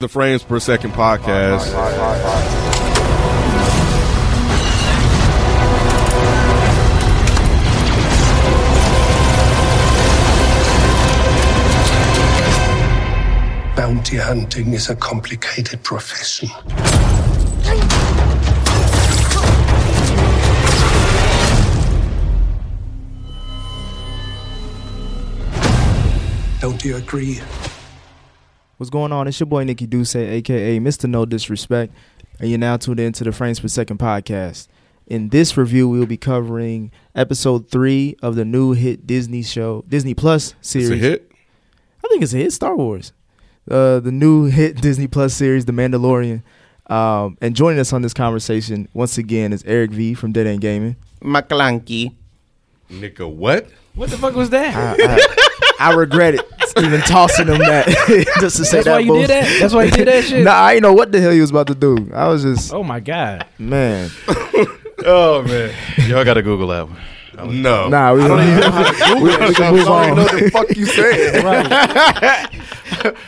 the frames per second podcast. Bounty hunting is a complicated profession. Don't you agree? What's going on? It's your boy Nikki Duce, aka Mr. No Disrespect, and you're now tuned in to the Frames Per Second podcast. In this review, we will be covering episode three of the new hit Disney show, Disney Plus series. It's a hit. I think it's a hit, Star Wars. Uh, the new hit Disney Plus series, The Mandalorian. Um, and joining us on this conversation once again is Eric V from Dead End Gaming. McClunky. Nigga, what? What the fuck was that? I regret it, even tossing him that just to say That's that. why you bullshit. did that. That's why you did that shit. Nah, I ain't know what the hell he was about to do. I was just Oh my god. man. Oh man, Y'all gotta Google that one. no. Nah, we, we, we can move I don't on. know Oh, the fuck you said.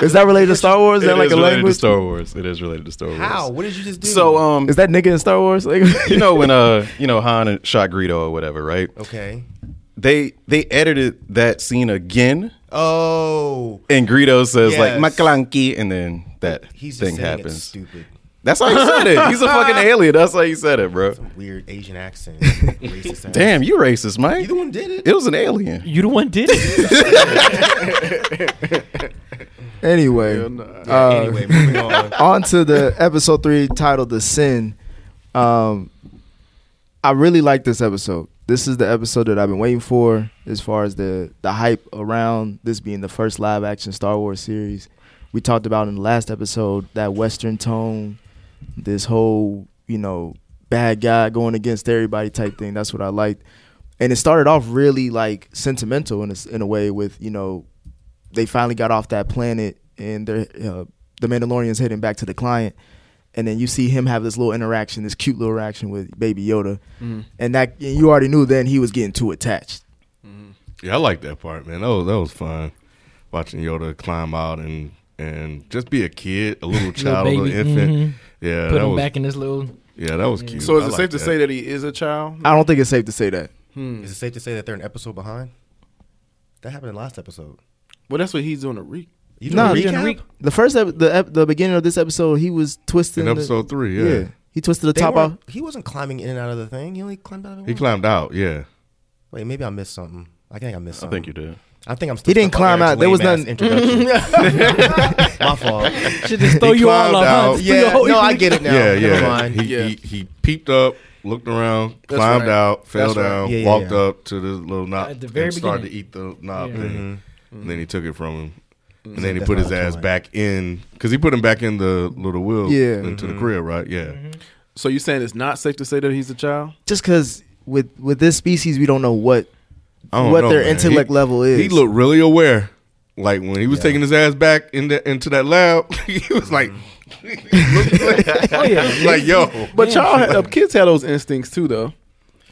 Is that related to Star Wars? Is It that like is a related to language? Star Wars. It is related to Star Wars. What did you just do? So um, Is that nigga in Star Wars? Like, you know when uh, you know Han shot Greedo or whatever, right? okay. They they edited that scene again, Oh, and Greedo says Yes. like McClunky, and then that he's just thing saying it's happens. stupid. That's how he said it. He's a fucking alien. That's how he said it, bro. Weird Asian accent. Racist ass. Damn, you racist, Mike. Either one did it. It was an alien. You the one did it. anyway, Yeah, anyway, moving on. on to the episode three titled "The Sin." Um, I really like this episode. This is the episode that I've been waiting for, as far as the the hype around this being the first live action Star Wars series. We talked about in the last episode that Western tone, this whole you know bad guy going against everybody type thing. That's what I liked, and it started off really like sentimental in a, s- in a way with you know they finally got off that planet and they're uh, the Mandalorian's heading back to the client, and then you see him have this little interaction, this cute little interaction with Baby Yoda, and that and you already knew then he was getting too attached. yeah, I like that part, man. That was that was fun. Watching Yoda climb out and and just be a kid, a little child, a little baby, infant. mhm. Yeah, Put that him was back in this little. yeah, that was cute. So is I it like safe to that. say that he is a child? I don't think it's safe to say that. Hmm. Is it safe to say that they're an episode behind? That happened in last episode. Well, that's what he's doing to Reek. You Nah, doing you a didn't recap? re- The first ep- the ep- the beginning of this episode, he was twisting. in the- episode three? Yeah. he twisted the They top off. weren't- He wasn't climbing in and out of the thing. He only climbed out of it. he once. climbed out. Yeah, Wait, maybe I missed something. I think I missed I something. think you did. I think I'm still He didn't stuck on climb out. Eric's There was lame-ass nothing. Introduction. My fault. Should just throw you all climbed off. out. Oh, huh? Just throw your Yeah, whole- no, I get it now. yeah, Never yeah. mind. He, Yeah. he he peeped up, looked around, climbed right. out, fell That's right. down, Yeah, yeah, walked yeah. up to the little knob, At the very and started beginning. to eat the knob Yeah. thing, and then he took it from him, and then he That's put what his I'm ass doing. back in because he put him back in the little wheel, Yeah. into the crib, right? Yeah, Mm-hmm. So you saying it's not safe to say that he's a child? Just because with with this species, we don't know what I don't what know, their man. intellect He- level is. He looked really aware. Like when he was taking his ass back in the, into that lab, he was like, Oh yeah. like yo, But y'all, had, kids had those instincts too, though.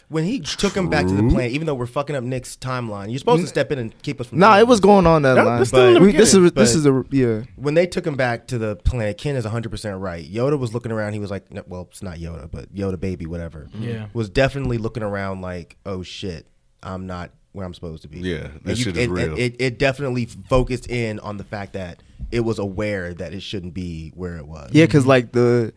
When he took him back to the plane, even though we're fucking up Nick's timeline, you're supposed to step in and keep us from. Nah, doing it was this. going on that That- line. that's still in the We- this is beginning, this is a yeah. When they took him back to the planet, Ken is 100% right. Yoda was looking around. He was like, no, well, it's not Yoda, but Yoda baby, whatever. Yeah. Was definitely looking around like, oh shit, I'm not where I'm supposed to be. Yeah, And that shit is it, real. It, it definitely focused in on the fact that it was aware that it shouldn't be where it was. Yeah, because like the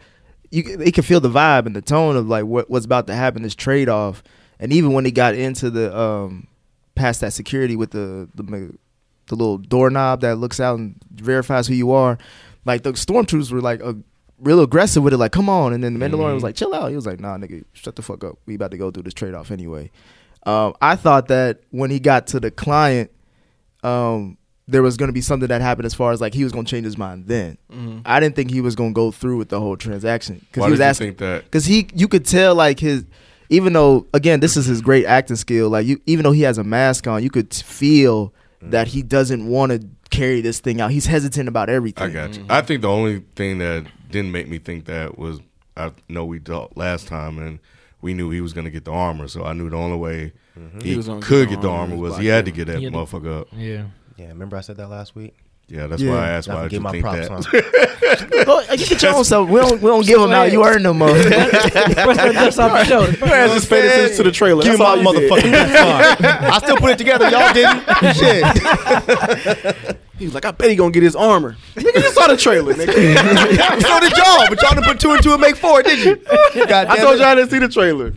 you, they could feel the vibe and the tone of like what, what's about to happen. This trade off, and even when they got into the um past that security with the the ma- the little doorknob that looks out and verifies who you are, like the stormtroopers were like a. Real aggressive with it, like come on, and then the Mandalorian was like, "Chill out." He was like, "Nah, nigga, shut the fuck up. We about to go through this trade off anyway." Um, I thought that when he got to the client, um, there was going to be something that happened as far as like he was going to change his mind then. I didn't think he was going to go through with the whole transaction Mm-hmm. because Why he was did you asking think that? because he you could tell like his even though again this is his great acting skill like you even though he has a mask on you could t- feel Mm. that he doesn't want to carry this thing out he's hesitant about I everything got you. I think the only thing that didn't make me think that was I know we talked last time and we knew he was going to get the armor, so I knew the only way he, Mm-hmm. was gonna could get get the the armor armor was was by he had to get that He had to- motherfucker up. Yeah. Yeah, remember I said that last week? Yeah, that's Yeah. why I asked Y'all why can did you get my think props that. on. Oh, you get your own stuff. We don't we don't give them out. You earn them. motherfucker. Press that just off the shoulder. Your ass just paid attention to the trailer. Give That's me my all you did. motherfucking card. I still put it together. Y'all didn't. Shit. He was like, I bet he gonna get his armor. Nigga, you saw the trailer. Nigga. so did y'all, but y'all didn't put two and two and make four, did you? God I told y'all I didn't see the trailer.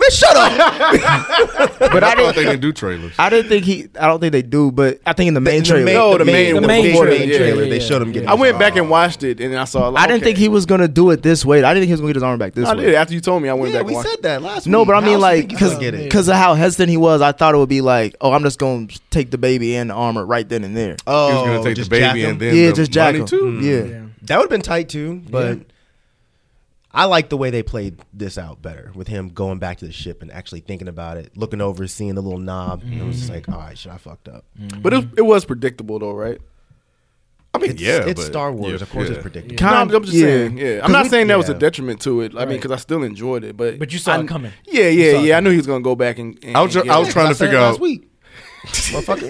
Man, shut up. But I thought they didn't do trailers. I didn't think he. I don't think they do, but I think in the main trailer. no, the main- the the main main trailer, main yeah, trailer. yeah, They yeah. showed him getting. I went his back arm. and watched it, and I saw. Like, I didn't think he was gonna do it this way. I didn't think he was gonna get his arm back this I way. did after you told me. I went Yeah, back. we and watched. said that last No, week. but I How mean, else like, think he's gonna because get it. of how hesitant he was, I thought it would be like, oh, I'm just gonna take the baby and the armor right then and there. oh, he was gonna take the just baby jack him? and then yeah, the just jack money him. too. Yeah. That would have been tight too, but I like the way they played this out better with him going back to the ship and actually thinking about it, looking over, seeing the little knob. And it was Mm. just like, all right, shit, I fucked up. But it, it was predictable though, right? I mean, it's, yeah, it's but- Star Wars. yeah, of course, yeah. it's predictable. No, Kind- I'm, I'm just yeah. saying. Yeah, I'm 'Cause not we- saying that was a yeah. detriment to it. I mean, Right. because I still enjoyed it. But But you saw I- it coming. Yeah, You yeah, saw it yeah. I knew he was gonna go back and. and I was tr- and get I was it. trying to said it figure last out- Week.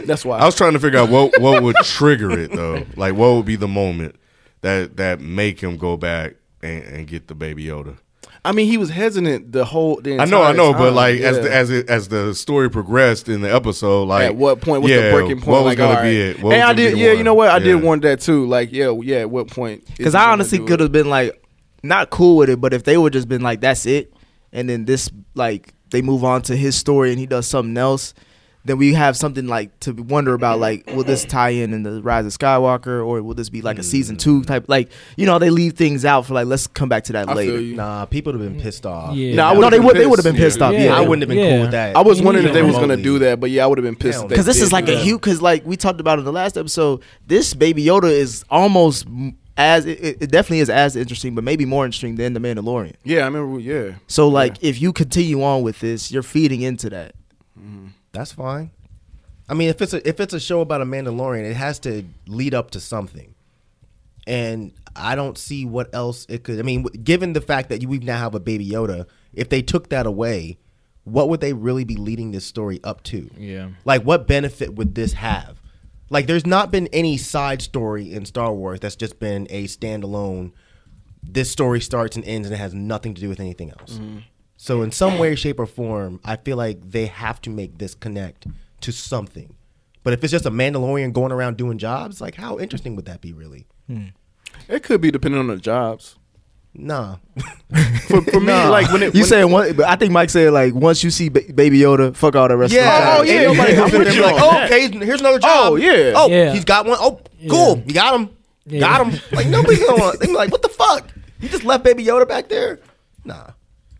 That's why I was trying to figure out what what would trigger it though. Like what would be the moment that that make him go back and, and get the baby Yoda. I mean, he was hesitant the whole. The I know, I entire know, but time. like as Yeah. the, as it, as the story progressed in the episode, like at what point? What's yeah, the breaking point? What was Like, gonna all be right. it? What was and I gonna be did. the Yeah, one? you know what? I Yeah. did wonder that too. Like, yeah, yeah. At what point? is Because he I gonna honestly do it? could have been like, not cool with it, but if they would just been like, that's it, and then this, like, they move on to his story and he does something else, then we have something like to wonder about, like, will this tie in in the Rise of Skywalker, or will this be like a season two type? Like, you know, they leave things out for like, let's come back to that I later. feel you. Nah, people would have been pissed off. Yeah. No, I no, would've they been would they would have pissed. been pissed Yeah. off. Yeah. Yeah, I wouldn't have been cool Yeah. with that. I was wondering if they was Remotely. gonna do that, but yeah, I would have been pissed. Hell that Because this they is like did a that. huge. Because like we talked about in the last episode, this Baby Yoda is almost m- as it, it it definitely is as interesting, but maybe more interesting than the Mandalorian. Yeah, I remember. we- Yeah, So like, if you continue on with this, you're feeding into that. That's fine. I mean, if it's a if it's a show about a Mandalorian, it has to lead up to something. And I don't see what else it could. I mean, w- given the fact that you we now have a Baby Yoda, if they took that away, what would they really be leading this story up to? Yeah. Like, what benefit would this have? Like, there's not been any side story in Star Wars that's just been a standalone. This story starts and ends, and it has nothing to do with anything else. So, in some way, shape, or form, I feel like they have to make this connect to something. But if it's just a Mandalorian going around doing jobs, like, how interesting would that be, really? it could be depending on the jobs. Nah. Mm-hmm. For, for me, like when it You when- said one, but I think Mike said like once you see ba- Baby Yoda, fuck all the rest. Yeah. of the yeah, And nobody- you I'm sit with there you like, on oh, that. okay, here's another job. Oh, yeah. Oh, Yeah. he's got one. Oh, cool. You got him. Yeah. Got him. Like nobody's going. They be like, what the fuck? You just left Baby Yoda back there? Nah.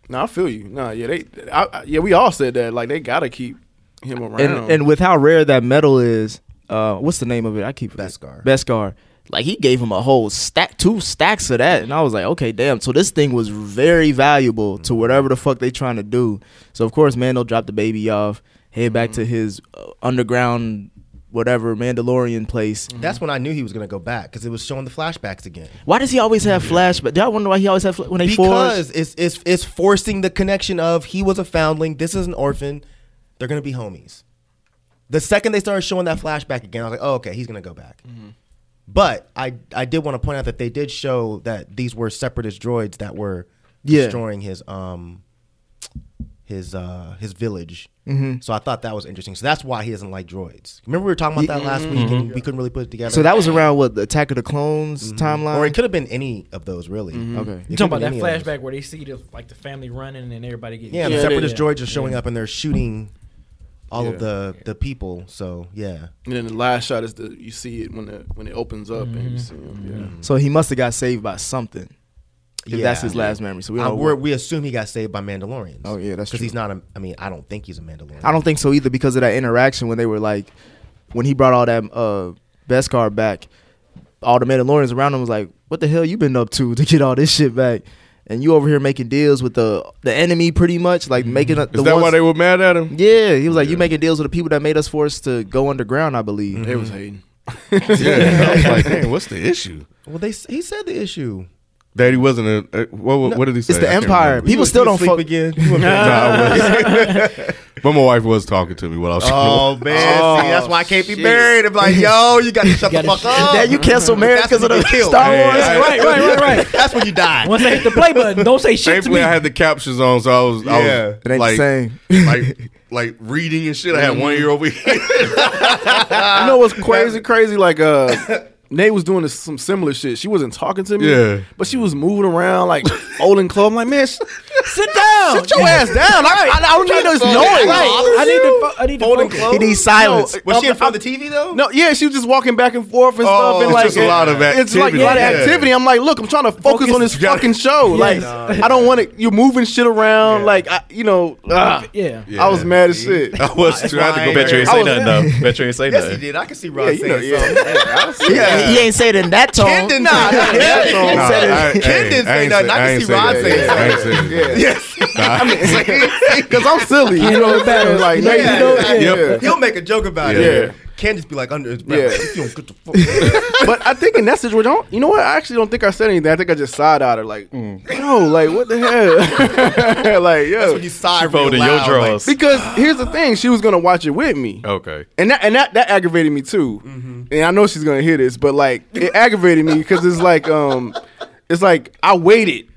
Nah, I feel you. Nah, yeah, they, I, I, yeah, we all said that. Like they gotta keep him around. and and with how rare that metal is, uh, what's the name of it? I keep forgetting. Beskar. Beskar. Like he gave him a whole stack, two stacks of that, and I was like, okay, damn. So this thing was very valuable to Mm-hmm. whatever the fuck they trying to do. So of course, Mando dropped the baby off, head back Mm-hmm. to his uh, underground, whatever Mandalorian place. That's when I knew he was gonna go back because it was showing the flashbacks again. Why does he always have flashback? Do y'all wonder why he always have fla- when they forge? Because it's it's it's forcing the connection of he was a foundling, this is an orphan, they're gonna be homies. The second they started showing that flashback again, I was like, oh okay, he's gonna go back. Mm-hmm. But I I did want to point out that they did show that these were separatist droids that were Yeah. destroying his um his uh his village. Mm-hmm. So I thought that was interesting. So that's why he doesn't like droids. Remember we were talking about that last week and we couldn't really put it together. mm-hmm. So that was around what the Attack of the Clones timeline. Mm-hmm. or it could have been any of those really. Mm-hmm. Okay. You It You could talking about have that been any of those. flashback where they see the like the family running and everybody getting Yeah, the Yeah, they- separatist yeah, droids are showing up and they're shooting all of the the people. So yeah, And then the last shot is the you see it when the when it opens up Mm-hmm. and you see him. Yeah. So he must have got saved by something. If Yeah. that's his last memory. So we we, don't. we're, we assume he got saved by Mandalorians. Oh, yeah, that's because true. he's not. A, I mean, I don't think he's a Mandalorian. I don't think so either because of that interaction when they were like, when he brought all that uh, Beskar back, all the Mandalorians around him was like, "What the hell you been up to to get all this shit back?" And you over here making deals with the the enemy, pretty much like making a, Mm-hmm. the Is that why ones- they were mad at him? Yeah, he was like, "You making deals with the people that made us force to go underground." I believe. Mm-hmm. They was hating. Yeah, I was like, dang, what's the issue? Well, they s- he said the issue. That he wasn't a. a what, what, what did he say? It's I the can't Empire. remember. People still don't fuck. again. Nah, I wasn't. but my wife was talking to me while I was. Oh man, see, that's why I can't be married. I'm like, yo, you got to shut the gotta fuck sh- up. That you cancel marriage That's because of the when you get killed. Star Hey, Wars. I- right, right, right, right. That's when you die. Once I hit the play button, don't say shit to Thankfully, me. I had the captions on, so I was. Yeah. I was It ain't like, the same. like, like reading and shit. I had one ear over here. you know what's crazy? Crazy like uh. Nate was doing this, some similar shit. She wasn't talking to me, Yeah. but she was moving around like old and club. I'm like, man, sh- Sit down. sit your ass down. I, I, I don't need this Right. noise. Right. I need to. Fo- I need to Folding focus. clothes. He needs silence. No, Was she I'm- in front of the TV though? No, yeah, she was just walking back and forth Oh, and stuff, and it's like just a lot of It's like a lot of activity. Yeah. activity. I'm like, look, I'm trying to focus, Focus. on this You gotta- fucking show. Like, I don't want to. You're moving shit around. Like, I, you know, ah. Yeah. Yeah. I was mad as shit. I was. I had to go back Bet you to ain't I say was- nothing though. Bet you ain't say Yes, he nothing. did. I can see Yeah, Ross you know, saying yeah. something. Yeah, he ain't saying it in that tone. Ken nah, Nah, Ken said I- it. Ken hey, didn't I say ain't nothing. say- I I can ain't see say Rod that. saying Yeah, I ain't something. say that. Yes, because I'm silly. You know what I'm saying? Like, Yeah, Nate, yeah, you know, yeah. yeah. Yep. he'll make a joke about Yeah. it. Ken just be like under his breath. Yeah. like, You don't get the fuck. But I think in that situation, I don't, you know what? I actually don't think I said anything. I think I just side eyed her. Like, no, like what the hell? like, Mm. That's yo, when you sigh real Folded your loud. Like, drawers. because here's the thing: she was gonna watch it with me. Okay. and that and that, that aggravated me too. And I know she's gonna hear this, but like it aggravated me because it's like um, it's like I waited.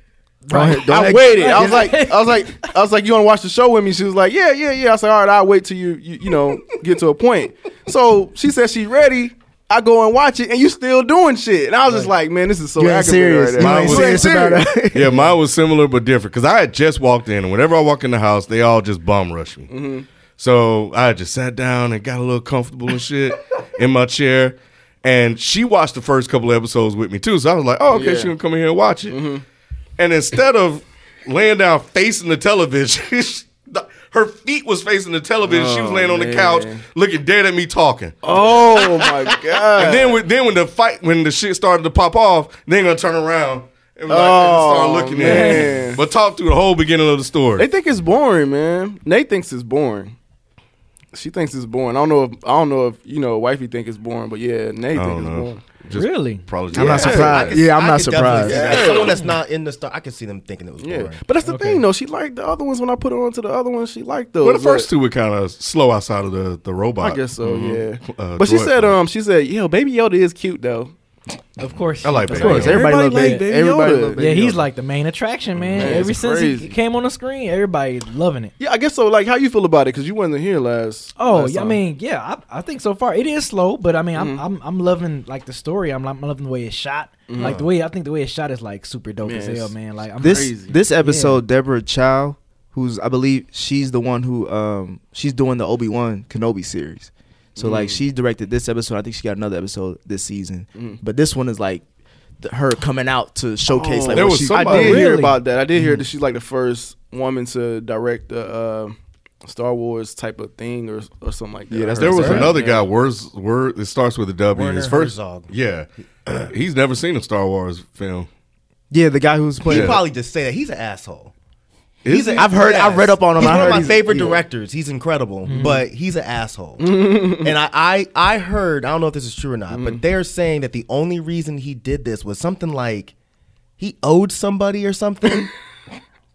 I waited. I was like, I was like, I was like, you want to watch the show with me? She was like, yeah, yeah, yeah. I was like, all right, I'll wait till you, you, you know, get to a point. So she said she's ready. I go and watch it, and you still doing shit. And I was just like, man, this is so You ain't aggravating. serious. Right You now. ain't You ain't serious about serious. it. yeah, mine was similar but different because I had just walked in, and whenever I walk in the house, they all just bum rush me. So I just sat down and got a little comfortable and shit in my chair. And she watched the first couple of episodes with me too, so I was like, "Oh, okay, Yeah. she gonna come in here and watch it." And instead of laying down facing the television, she- the- her feet was facing the television. she was laying on the couch, looking dead at me, talking. Oh my god! And then when then when the fight when the shit started to pop off, they gonna turn around and, like, Oh, and start looking at man. it. But talk through the whole beginning of the They story. think it's boring, man. Nate thinks it's boring. She thinks it's boring. I don't know if I don't know if you know wifey think it's boring, but yeah, Nate I think don't it's know. boring. Just Really? Probably. I'm not Yeah. surprised. yeah, I'm I not could definitely surprised. see that. Someone that's not in the star, I could see them thinking it was Yeah, boring. but that's the thing though. She liked the other ones when I put her onto the other ones. She liked those. Well, the first but- two were kind of slow outside of the the robot. I guess so. Yeah, Uh, but she droid said, thing. um, she said, "Yo, Baby Yoda is cute though." Of course. I like Of Baby course. Yoda. Everybody, love Everybody baby. like Baby everybody Yoda. love baby. Yeah, he's Yoda. like the main attraction, man. Man, Ever it's since crazy. he came on the screen, everybody loving it. Yeah, I guess so. Like, how you feel about it? Because you wasn't here last. Oh, last yeah, I time. mean, yeah, I, I think so far it is slow, but I mean, I'm I'm, I'm loving like the story. I'm, I'm loving the way it's shot. Like the way I think the way it's shot is like super dope Man, as it's hell, man. Like I'm this Crazy. this episode, Deborah Chow, who's I believe she's the one who um she's doing the Obi Wan Kenobi series. So Mm. like she directed this episode. I think she got another episode this season, Mm. but this one is like th- her coming out to showcase Oh, like there what was she, I somebody- did hear Really? about that. I did Mm-hmm. hear that she's like the first woman to direct the uh, Star Wars type of thing or or something like that. Yeah, that's There was Right. another guy. Words, word. It starts with a W. Werner his first, Herzog. yeah, he's never seen a Star Wars film. yeah the guy who's He playing. probably just say that he's an asshole. Is He's he? a- I've heard- I've read up on him. He's I one heard of my he's- favorite yeah. directors. He's incredible, but he's an asshole. and I, I, I heard. I don't know if this is true or not, but they're saying that the only reason he did this was something like he owed somebody or something.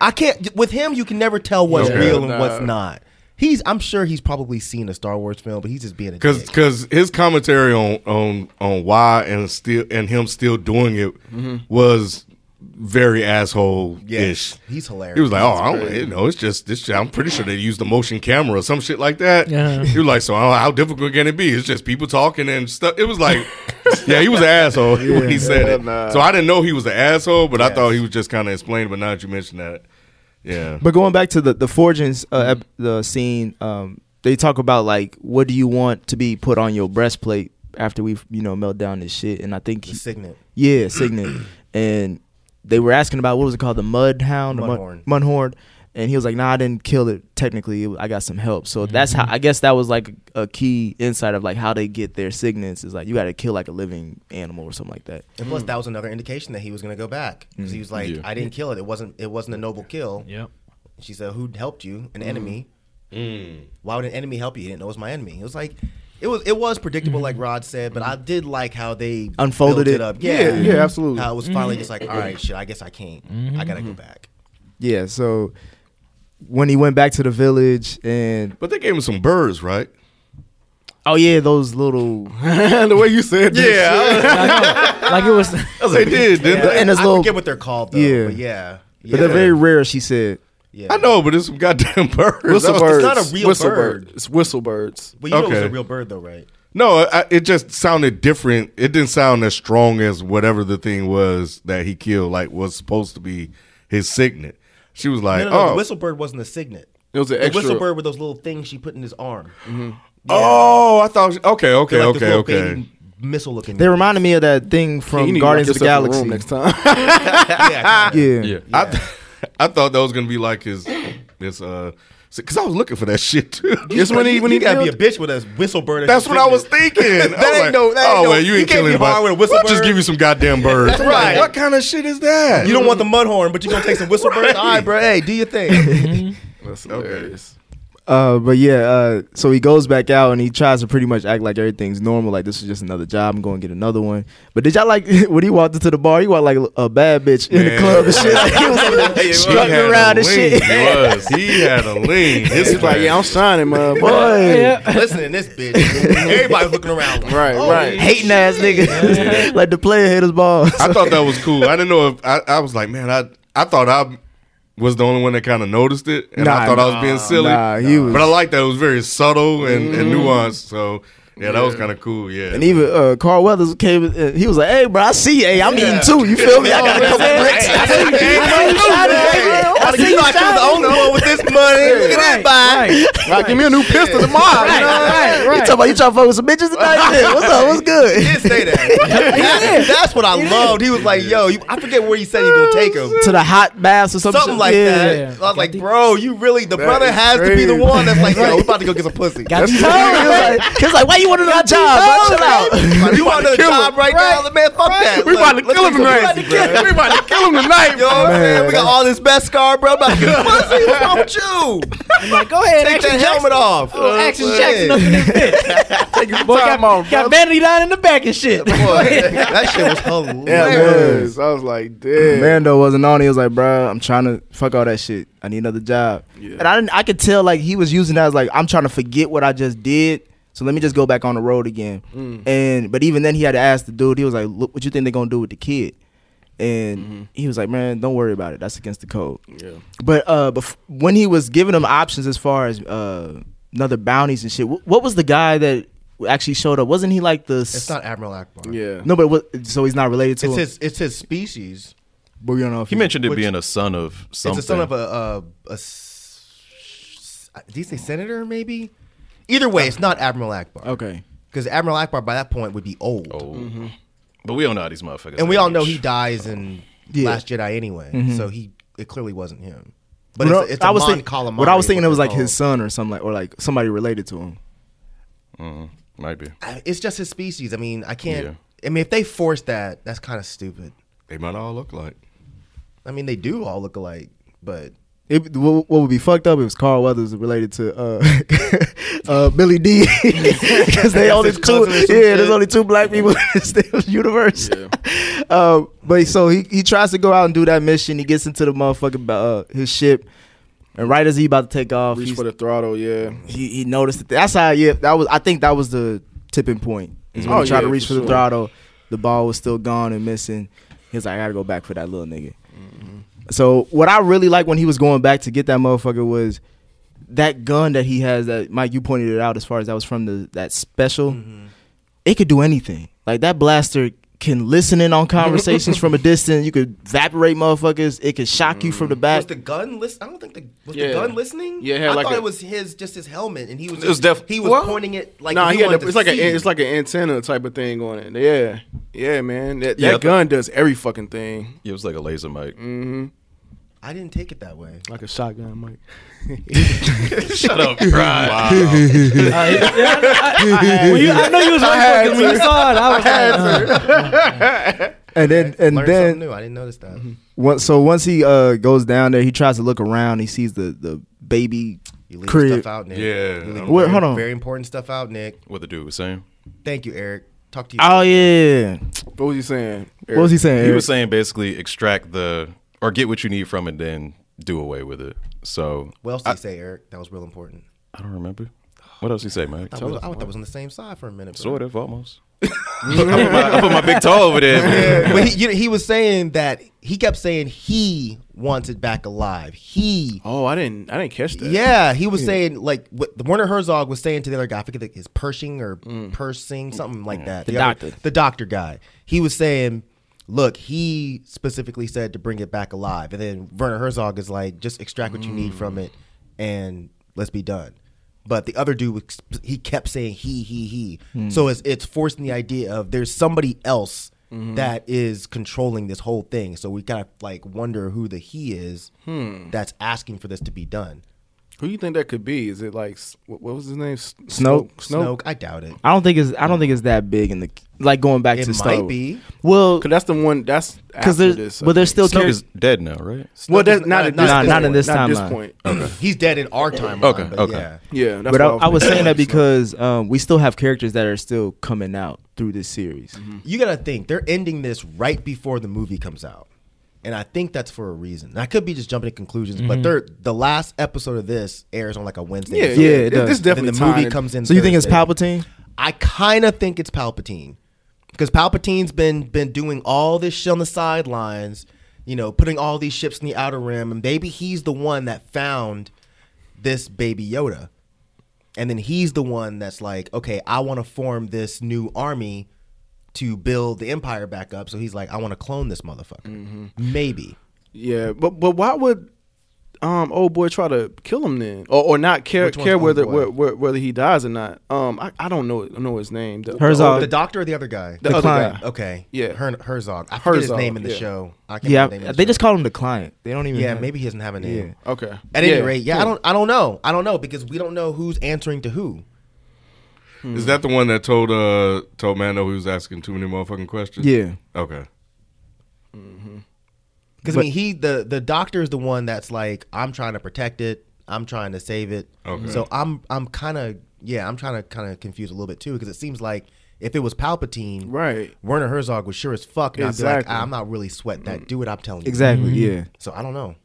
I can't. With him, you can never tell what's Okay. real and what's Nah. not. He's. I'm sure he's probably seen a Star Wars film, but he's just being a Cause, dick. cause his commentary on on on why and still and him still doing it Mm-hmm. was very asshole ish. he's hilarious. He was like, "Oh, I don't, you know, it's just this. shit. I'm pretty sure they used the motion camera or some shit like that." Yeah. He was like, "So how, how difficult can it be? It's just people talking and stuff." It was like, yeah, he was an asshole when he said it. nah. So I didn't know he was an asshole, but I thought he was just kind of explaining. But now that you mentioned that, yeah, But going back to the the forgings uh, ep- the scene, um, they talk about like what do you want to be put on your breastplate after we you know melt down this shit, and I think The signet. yeah signet, and they were asking about what was it called the mud hound or Mudhorn. mud horn, and he was like nah I didn't kill it technically It was- I got some help so that's how I guess that was like a key insight of like how they get their signets is like you got to kill like a living animal or something like that. And plus, that was another indication that he was going to go back because he was like, "I didn't kill it. It wasn't. It wasn't a noble kill." Yep. She said, "Who helped you? An enemy? Why would an enemy help you? He didn't know it was my enemy." It was like It was it was predictable, like Rod said, but I did like how they Unfolded built it. up. Yeah, Yeah, yeah, absolutely. How it was finally just like, all right, shit. I guess I can't. I gotta go back. Yeah, so when he went back to the village and But they gave him some birds, right? oh yeah, those little the way you said that Yeah, oh. like it was. they did, didn't Yeah, they? And it's I little- forget what they're called though. Yeah. but yeah, yeah. but they're very rare, she said. yeah. I know, but it's some goddamn birds. Whistle That was- birds. not a real whistle bird. It's whistle birds. But you know it was Okay. a real bird though, right? No, I, it just sounded different. It didn't sound as strong as whatever the thing was that he killed, like was supposed to be his signet. She was No, like, no, no. "Oh, The whistle bird wasn't a signet. It was an The extra. whistle bird with those little things she put in his arm. oh, I thought." she- okay, okay, They're like this okay, little okay. baby Missile looking. They reminded me of that thing You from need to lock Guardians of the yourself in a room Galaxy. next time. yeah, kinda. Yeah. I, th- I thought that was gonna be like his, his, uh, because I was looking for that shit too. It's when he when you he gotta be a killed- bitch with a whistle bird. as That's your what I was signet. thinking. I was ain't like, no- that ain't oh no- well, you you ain't can't killing be hard anybody. with a whistle We'll just bird. give you some goddamn birds. I'm like, Right. what kind of shit is that? You don't want the mud horn, but you gonna take some whistle bird. All right, bro. Hey, do your thing. Mm-hmm. That's hilarious. Uh, but yeah, uh, so he goes back out and he tries to pretty much act like everything's normal, like this is just another job. I'm going to get another one. But did y'all like when he walked into the bar? He walked like a bad bitch in the Man. club and shit. Like, he was like, strutting had around a lean. and shit. He was. He had a lean. His It's like yeah, I'm shining, motherfucker. Boy, Listen to this bitch. Everybody's looking around. Like, Right, right. hating ass nigga, like the player haters balls. I thought that was cool. I didn't know if I, I was like, man, I I thought I was the only one that kind of noticed it, and Nah, I thought I was being silly. nah, he was- Mm-hmm. But I liked that it was very subtle and, and nuanced. So yeah, that was kind of cool. Yeah, And even uh, Carl Weathers came. Uh, he was like, "Hey, bro, I see you. Hey, I'm eating too. You feel me? I got a couple bricks. I see you. I see you. I killed the only one with this money. Look at that, bye. Like, give me a new pistol tomorrow. you know? Right, You talking about you trying to fuck with some bitches tonight? Shit, What's up? What's He good? did say that. That's- That's what I loved. He was like, "Yo, you, I forget where he said he gonna take him." to the hot baths or some Something shit? like Yeah. that. Yeah. I was like, bro, you really the brother is has to be the crazy. one that's like, yo, we about to go get some pussy. Got He these was like, he was like, why you want another job? bro? Chill out. Like, you want another job right, now? Like, Man, fuck that. We about to kill him tonight. We about to kill him tonight. You know what I'm saying? We got all this best scar, bro. I'm about to get some pussy. What's wrong with you? like, go ahead, Take Action Jackson. that helmet off. Oh, Action Yeah. Jackson up in this bitch. Boy, got, time off, got Vanity Line in the back and shit. Boy, that shit was hilarious. Yeah, Yeah. it was. I was like, damn. Mando wasn't on. He was like, "Bruh, I'm trying to fuck all that shit. I need another job." And I didn't. I could tell like he was using that as like I'm trying to forget what I just did. So let me just go back on the road again. And but even then he had to ask the dude. He was like, "Look, what you think they're gonna do with the kid?" And he was like, "Man, don't worry about it. That's against the code." Yeah. But uh, bef- when he was giving him options as far as uh another bounties and shit, wh- what was the guy that actually showed up? Wasn't he like the? s- It's not Admiral Akbar. Yeah. No, but what, so he's not related to It's him. his, it's his species. but we don't know if He mentioned it Which- being a son of something. It's a son of a, uh, a s- did he say senator maybe? Either way, it's not Admiral Akbar. Okay. Because Admiral Akbar by that point would be old. Oh. But we don't know how these motherfuckers. And we all know age. he dies in Yeah. Mm-hmm. Last Jedi anyway. So he it clearly wasn't him. But But it's, I- it's a I was Mon thinking, Calamari, what I was thinking it what was they're like his called. son or something like, or like somebody related to him. Might be. I- It's just his species. I mean, I can't. Yeah. I mean, if they force that, that's kind of stupid. they might all look like. I mean, they do all look alike, but It, what, what would be fucked up if Carl Weathers related to uh, uh, Billy D because they only his two cousin or yeah some there's shit. only two black people in the universe. Um, but so he, he tries to go out and do that mission. He gets into the motherfucking uh, his ship, and right as he about to take off, Reach he's- for the throttle, yeah. he, he noticed that that's how yeah that was I think that was the tipping point is when Oh, he tried to yeah, reach for for the sure. throttle the ball was still gone and missing he was like I gotta go back for that little nigga Mm-hmm. so what I really like when he was going back to get that motherfucker was that gun that he has that Mike you pointed it out as far as that was from the that special Mm-hmm. it could do anything like that blaster can listen in on conversations from a distance you could evaporate motherfuckers it could shock you from the back was Mm-hmm. the gun list? I don't think the was Yeah. the gun listening. Yeah, it had I like thought a- it was his just his helmet, and he was It was just, def- he was Well, pointing it like Nah, he he had wanted a, to it's like see. a it's like an antenna type of thing on it. Yeah, yeah, man. That, that Yeah, I thought- gun does every fucking thing. It was like a laser mic. I didn't take it that way. Like a shotgun, Mike. Shut up, Brian. When you- I know you was motherfucking when you saw it. I was like, uh, and then and Learned then something new. I didn't notice that. Mm-hmm. Once, so once he uh, goes down there, he tries to look around. He sees the the baby You leave Crib. stuff out, Nick. Yeah. You leave Wait, very, hold on. Very important stuff out, Nick. What the dude was saying? Thank you, Eric. Talk to you. Oh yeah. What was he saying? What was he saying? He Eric? was saying basically extract the or get what you need from it, then do away with it. So What else did you say, Eric? That was real important. I don't remember. What else you say, Mike? I Tell was, I us. thought I was on the same side for a minute. bro. Sort of, almost. I, put my, I put my big toe over there. but he, you know, he was saying that he kept saying he wants it back alive. He, Oh, I didn't. I didn't catch that. yeah, he was saying like what the Werner Herzog was saying to the other guy. I forget the, his Pershing or Persing, something like that. Mm. The, other- doctor. the doctor guy. He was saying, look, he specifically said to bring it back alive, and then Werner Herzog is like, just extract what you need from it, and let's be done. But the other dude, was- he kept saying he, he, he. So it's it's forcing the idea of there's somebody else that is controlling this whole thing. So we kind of like wonder who the he is that's asking for this to be done. Who you think that could be? Is it like S- what, what was his name? S- Snoke. Snoke. Snoke, I doubt it. I don't think it's I don't think it's that big in the like going back It to might Star Wars. be. Well, Cause that's the one. That's because because there's this, I but there's think. still Snoke characters. is dead now, right? well, that's not not- at this not- point. not in this Not at this timeline. point. He's dead in our time. Okay, but okay. Yeah. Yeah, that's But I, what I was thinking. saying that because um, we still have characters that are still coming out through this series. You got to think they're ending this right before the movie comes out, and I think that's for a reason. And I could be just jumping to conclusions, but they're the last episode of this airs on like a Wednesday. Yeah, or yeah, something. it it, does. this And then definitely the movie tied. comes in. So you think it's Thursday. Palpatine? I kind of think it's Palpatine because Palpatine's been been doing all this shit on the sidelines, you know, putting all these ships in the outer rim, and maybe he's the one that found this baby Yoda, and then he's the one that's like, okay, I want to form this new army to build the empire back up. So he's like, I want to clone this motherfucker. Maybe Yeah, but but why would um old boy try to kill him then, or, or not care Which one's care old whether boy? whe- whe- whether he dies or not? Um, I, I don't know know his name. The, Herzog. the doctor or the other guy. the, other Klein. guy. okay, Yeah. Her- Herzog. I forget his Herzog, name in the yeah. show. I can't Yeah, remember the name in the they show. just call him the client. They don't even. yeah. have- Maybe he doesn't have a name. Yeah. Oh, Okay. At any Yeah. rate, yeah, I don't I don't know. I don't know because we don't know who's answering to who. Hmm. Is that the one that told uh told Mando he was asking too many motherfucking questions? Yeah. Okay. Because I But- mean he the the doctor is the one that's like, I'm trying to protect it, I'm trying to save it. Okay. So I'm I'm kinda yeah, I'm trying to kinda confuse a little bit too, because it seems like if it was Palpatine, Right. Werner Herzog was sure as fuck not be Exactly. like, I'm not really sweating that. Do what I'm telling you. Mm. Exactly. Yeah. So I don't know.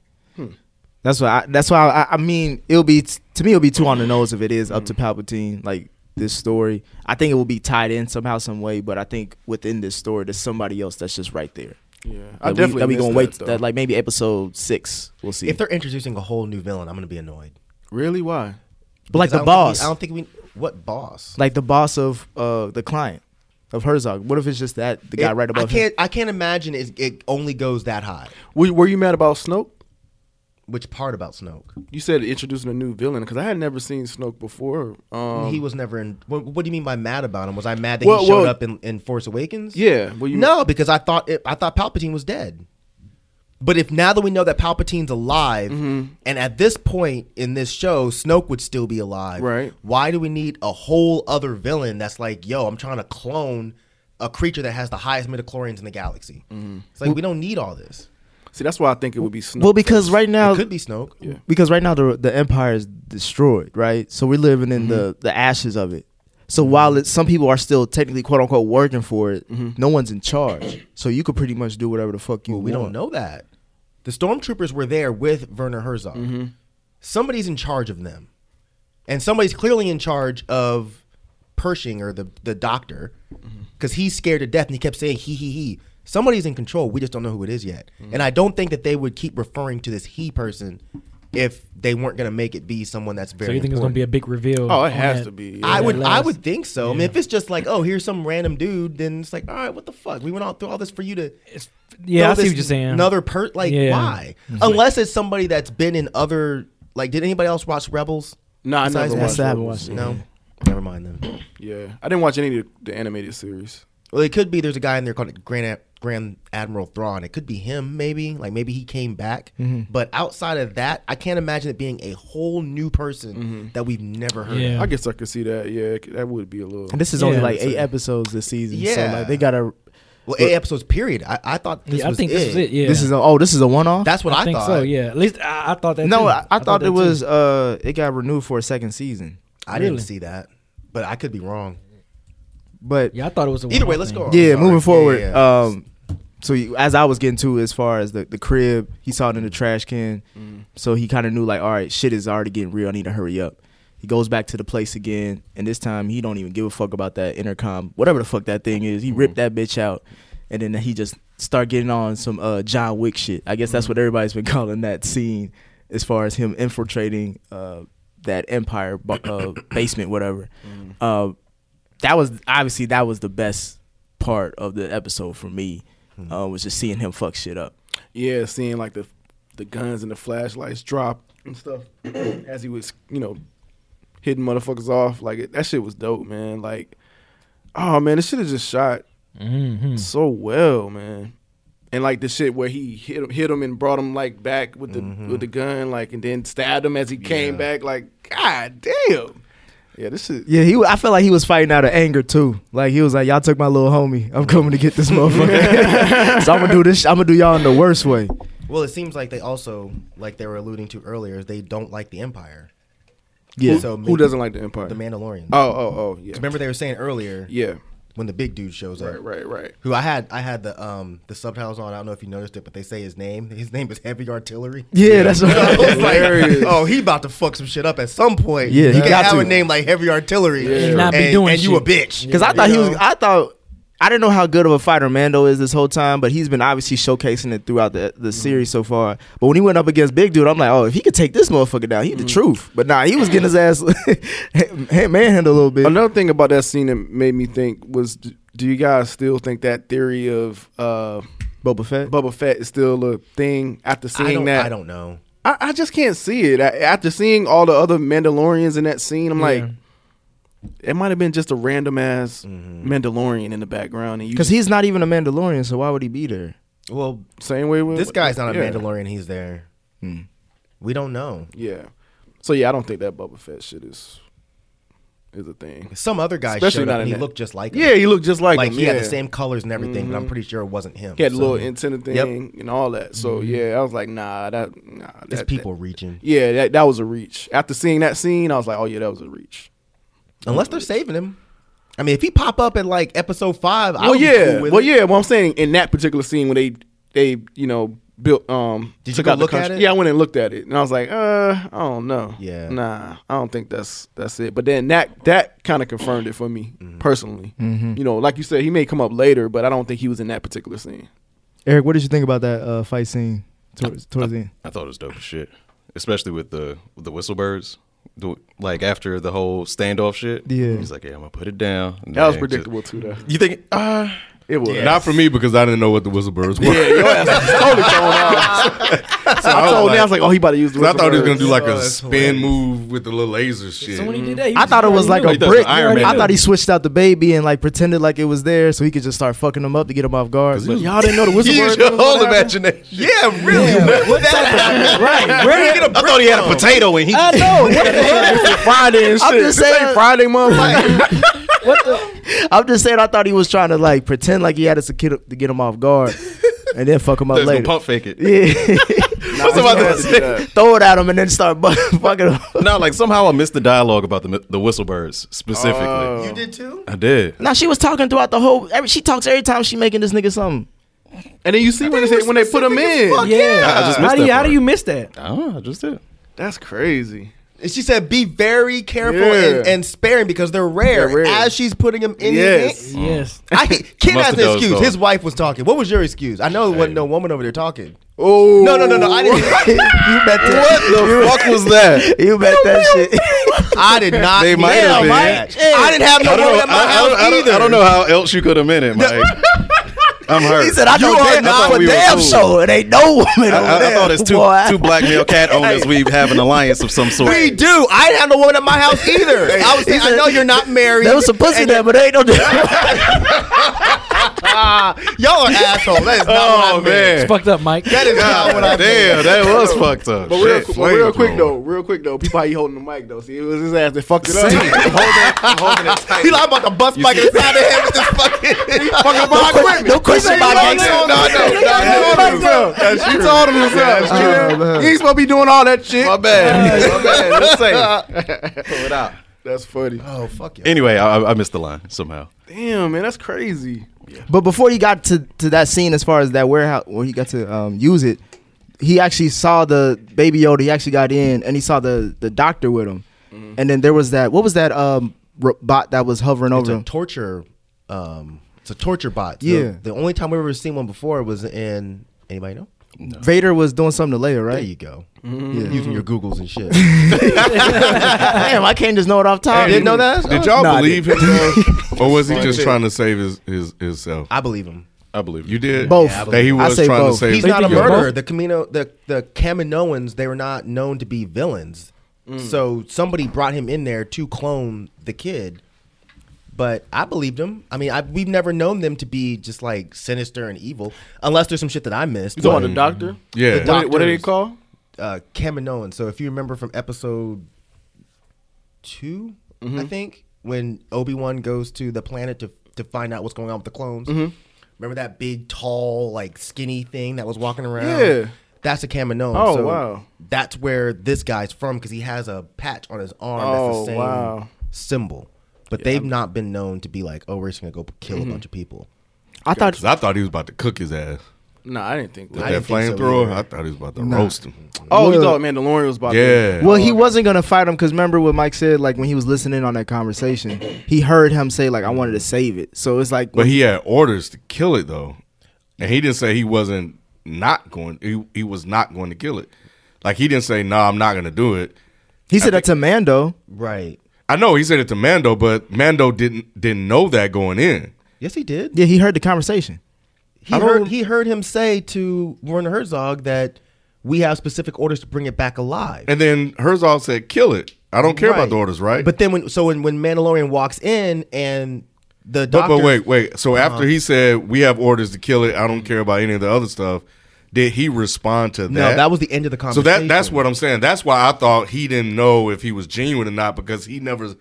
That's why. I, that's why. I, I mean, it'll be to me. It'll be two on the nose if it is up to Mm-hmm. Palpatine. Like this story, I think it will be tied in somehow, some way. But I think within this story, there's somebody else that's just right there. Yeah, That I we- definitely that we missed gonna wait though. that like maybe episode six. We'll see. If they're introducing a whole new villain, I'm gonna be annoyed. really why? but like 'Cause the I don't think boss, we- I don't think we what boss? like the boss of uh the client of Herzog. What if it's just that the guy It- right above I can't I can't imagine it, it only goes that high. Were, were you mad about Snoke? Which part about Snoke? You said introducing a new villain because I had never seen Snoke before. Um, he was never in. What, what do you mean by mad about him? Was I mad that Well, he showed well- up in, in Force Awakens? yeah. Well, you No, because I thought it, I thought Palpatine was dead. But if now that we know that Palpatine's alive, Mm-hmm. and at this point in this show, Snoke would still be alive. Right. Why do we need a whole other villain that's like, yo, I'm trying to clone a creature that has the highest midichlorians in the galaxy? Mm-hmm. It's like we don't need all this. see, that's why I think it would be Snoke. him. Well, because right now it could be Snoke. because right now the the empire is destroyed, right? So we're living in the the ashes of it. So while it, some people are still technically quote unquote working for it, no one's in charge. So you could pretty much do whatever the fuck you Well, we want. don't know that. The stormtroopers were there with Werner Herzog. Mm-hmm. Somebody's in charge of them. And somebody's clearly in charge of Pershing or the, the doctor Mm-hmm. because he's scared to death and he kept saying he, he, he. Somebody's in control. We just don't know who it is yet. Mm-hmm. And I don't think that they would keep referring to this he person if they weren't going to make it be someone that's very So you think it's gonna important. be a big reveal? Oh, on it has that- to be. on I that would, I last- would think so. I mean, if it's just like, oh, here's some random dude, then it's like, all right, what the fuck? We went all through all this for you to Yeah, throw I see this what you're saying. Another per like Yeah. Mm-hmm. why? Unless it's somebody that's been in other like did anybody else watch Rebels? No, I Besides never that? watched That's Rebels. that No. Never mind then. Yeah, I didn't watch any of the, the animated series. Well, it could be there's a guy in there called Grand Ad- Grand Admiral Thrawn. It could be him maybe. Like maybe he came back. Mm-hmm. But outside of that, I can't imagine it being a whole new person Mm-hmm. that we've never heard Yeah. of. I guess I could see that. Yeah, that would be a little. And this is only Yeah. like eight episodes this season. So Yeah. like they gotta Well, eight episodes, period. I, I thought this Yeah, I was think it. this is it. Yeah, This is a, oh, this is a one off. That's what I, I think thought. so. Yeah, at least I, I thought that. No, too. I, I thought that it was too. uh it got renewed for a second season. I Really? didn't see that, but I could be wrong. But Yeah, I thought it was. A Either way, one-off let's thing. go. yeah, I'm moving sorry. forward. Yeah, yeah. Um, so you, as I was getting to as far as the, the crib, he saw it in the trash can, so he kind of knew like, all right, shit is already getting real. I need to hurry up. He goes back to the place again, and this time he don't even give a fuck about that intercom, whatever the fuck that thing is. He ripped that bitch out, and then he just start getting on some uh, John Wick shit. I guess that's what everybody's been calling that scene, as far as him infiltrating uh, that Empire bu- uh, basement, whatever. Uh, that was obviously that was the best part of the episode for me uh, was just seeing him fuck shit up. Yeah, seeing like the the guns and the flashlights drop and stuff as he was, you know, hitting motherfuckers off. Like it, that shit was dope, man. Like, oh man, this shit is just shot so well, man. And like the shit where he hit him, hit him and brought him like back with the with the gun, like, and then stabbed him as he came back. Like, god damn. Yeah, this is Yeah, he. I felt like he was fighting out of anger too. Like he was like, "Y'all took my little homie. I'm coming to get this motherfucker. so I'm gonna do this. I'm gonna do y'all in the worst way." Well, it seems like they also, like they were alluding to earlier, they don't like the Empire, Yeah. So who doesn't like the Empire? the Mandalorian. oh, oh, oh, yeah, Remember they were saying earlier yeah, when the big dude shows up. right, right, right. Who I had I had the um the subtitles on. I don't know if you noticed it, but they say his name. His name is Heavy Artillery. yeah, that's I was right. like, Hilarious. oh, he about to fuck some shit up at some point. Yeah, he he can got have to. a name like Heavy Artillery And not be and, doing and you a shit. bitch. Because I thought he You was. know? I thought I didn't know how good of a fighter Mando is this whole time, but he's been obviously showcasing it throughout the the series so far. But when he went up against Big Dude, I'm like, oh, if he could take this motherfucker down, he the truth. But nah, he was getting his ass manhandled a little bit. Another thing about that scene that made me think was: d- Do you guys still think that theory of uh, Boba Fett. Bubba Fett is still a thing after I seeing don't, that? I don't know. I, I just can't see it. I, after seeing all the other Mandalorians in that scene, I'm like, it might have been just a random ass Mm-hmm. Mandalorian in the background, and you Because he's not even a Mandalorian, so why would he be there? Well, same way with this guy's not a yeah, Mandalorian. He's there. We don't know. Yeah, so yeah, I don't think that Bubba Fett shit is is a thing. Some other guy Especially showed up not and in he that- looked just like him. Yeah, he looked just like, like him. he yeah. Mm-hmm. had the same colors and everything, but I'm pretty sure it wasn't him. He had a so- little antenna thing Yep. Mm-hmm. and all that. So yeah, I was like, nah, that nah. It's that- people reaching. Yeah, that, that was a reach. After seeing that scene, I was like, oh yeah, that was a reach. Unless they're saving him. I mean, if he pop up in like episode five, I well, would be yeah, cool with well, it. yeah. Well, I'm saying in that particular scene when they they you know built um Did you took go out the look at country- it? Yeah, I went and looked at it, and I was like, uh, I don't know. Yeah. nah, I don't think that's that's it. But then that that kind of confirmed it for me Mm-hmm. personally. You know, like you said, he may come up later, but I don't think he was in that particular scene. Eric, what did you think about that uh, fight scene towards, towards the end? I thought it was dope as shit, especially with the with the whistlebirds. The- Like after the whole standoff shit, Yeah. He's like, "Yeah, I'm gonna put it down." And That was then predictable too, though. Just, you think? Uh, It was. Not for me because I didn't know what the whistlebirds were. Yeah, your ass was totally thrown out. I told him, I was like, oh, he about to use the. I thought he was gonna whistlebirds. do like a that's spin move with the little laser shit. Mm. So when he did that, he I thought it was like a He does brick. the Iron Man. I thought he switched out the baby and like pretended like it was there so he could just start fucking him up to get him off guard. 'Cause he was- Y'all didn't know the Use whistlebird. your whole imagination. yeah, really. What type of right? Where did- I thought he had a potato in he. I know. What the hell? Friday and shit. I'm just This ain't saying- Friday, motherfucker. I'm just saying, I thought he was trying to like pretend like he had us to, kid, to get him off guard and then fuck him up Let's go later. pump fake it. Yeah, What's about to say? throw it at him and then start bu- fucking him. up. No, like somehow I missed the dialogue about the the whistlebirds specifically. Oh. You did too. I did. Now she was talking throughout the whole. Every, she talks every time she making this nigga something. And then you see when they, say, when they put him in. Yeah. I just missed How do that you, how do part. you miss that? Oh, I just did. That's crazy. And she said, "Be very careful Yeah. and, and sparing because they're rare." They're rare. As she's putting him in, Yes. his hand- Yes. I hate- Ken Must has have an dozed excuse. off. His wife was talking. What was your excuse? I know it wasn't no woman over there talking. Oh No, no, no, no. I didn't. You bet that. What the fuck was that? You bet that shit. I did not. They might hear have been. that. I didn't have no I don't woman know. at my I- I house don't- I don't- either. I don't know how else you could have meant it, Mike. I'm hurt. He said, "I don't are dare not- not I thought for we were damn cool. show. It ain't no woman over I, I, I there, thought it's two boy." two black male cat owners. We have an alliance of some sort. We do. I didn't have no woman at my house either. I was. Saying, I know you're not married. There was some pussy there, but there ain't no. Y'all are assholes. That is not Oh what I meant. man, It's fucked up, Mike. That is not God, what I meant. damn, that was fucked up. But real, Shit, but real quick flamethrower. though, Oh, real quick though, people how you holding the mic though. See, it was his ass that fucked it up. Same. I'm holding it- I'm holding it tight. He like, I'm about to bust Mike in the side of the head with this fucking. Fucking buy equipment. No question He about told gangsta. him- No, no, he no, told no. himself. That's He true. told him himself. true. Yeah. He ain't supposed to be doing all that shit. My bad. My bad. Let's say. Pull it out. That's funny. Oh fuck yeah. Anyway, I, I- I missed the line somehow. Damn, man, that's crazy. But before he got to, to that scene, as far as that warehouse where he got to um, use it, he actually saw the baby Yoda. He actually got in, and he saw the the doctor with him. And then there was that. What was that um, robot that was hovering It's over a him? torture. Um, it's a torture bot. The- Yeah. The, only time we've ever seen one before was in anybody know? Vader was doing something to Leia, There right? you go. Yeah. Using your Googles and shit. Damn, I can't just know it off top. Hey, Didn't know that. Did y'all Nah, I believe him though, or was he just trying to save his his himself? I believe him. I believe You did Both. Yeah, I that he believe- I was say trying to both. save. He's his not a girl. murderer. The Camino, the the Kaminoans, they were not known to be villains. So somebody brought him in there to clone the kid. But I believed him. I mean, I, we've never known them to be just like sinister and evil, unless there's some shit that I missed. You talking about the doctor? Yeah. What, did- what did they Doctors. call? uh, Kaminoan. So if you remember from episode 2 Mm-hmm. I think, when Obi Wan goes to the planet to to find out what's going on with the clones. Mm-hmm. Remember that big, tall, like skinny thing that was walking around? Yeah. That's a Kaminoan. Oh, So wow. That's where this guy's from because he has a patch on his arm that's Oh, the same wow. symbol. But they've not been known to be like, oh, we're just gonna go kill Mm-hmm. a bunch of people. I thought 'Cause I thought he was about to cook his ass No, I didn't think with that. I that didn't think so flamethrower. either. I thought he was about to roast him. Oh, you thought Mandalorian was about Yeah. Well, he wasn't gonna fight him because remember what Mike said. Like when he was listening on that conversation, he heard him say like I wanted to save it. So it's like But he had orders to kill it though, and he didn't say he wasn't not going. He he was not going to kill it. Like he didn't say, "No, I'm not going to do it." he said that to Mando. Right. I know he said it to Mando, but Mando didn't didn't know that going in. Yes, he did. Yeah, he heard the conversation. He heard he heard him say to Werner Herzog that we have specific orders to bring it back alive. And then Herzog said, "Kill it. I don't care about the orders, right?" But then when so when, when Mandalorian walks in and the But, doctor Uh-huh. but wait, wait. So after he said, "We have orders to kill it. I don't care about any of the other stuff," did he respond to that? no, that, was the end of the So that conversation. that's what I'm saying. That's why I thought he didn't know if he was genuine or not because he never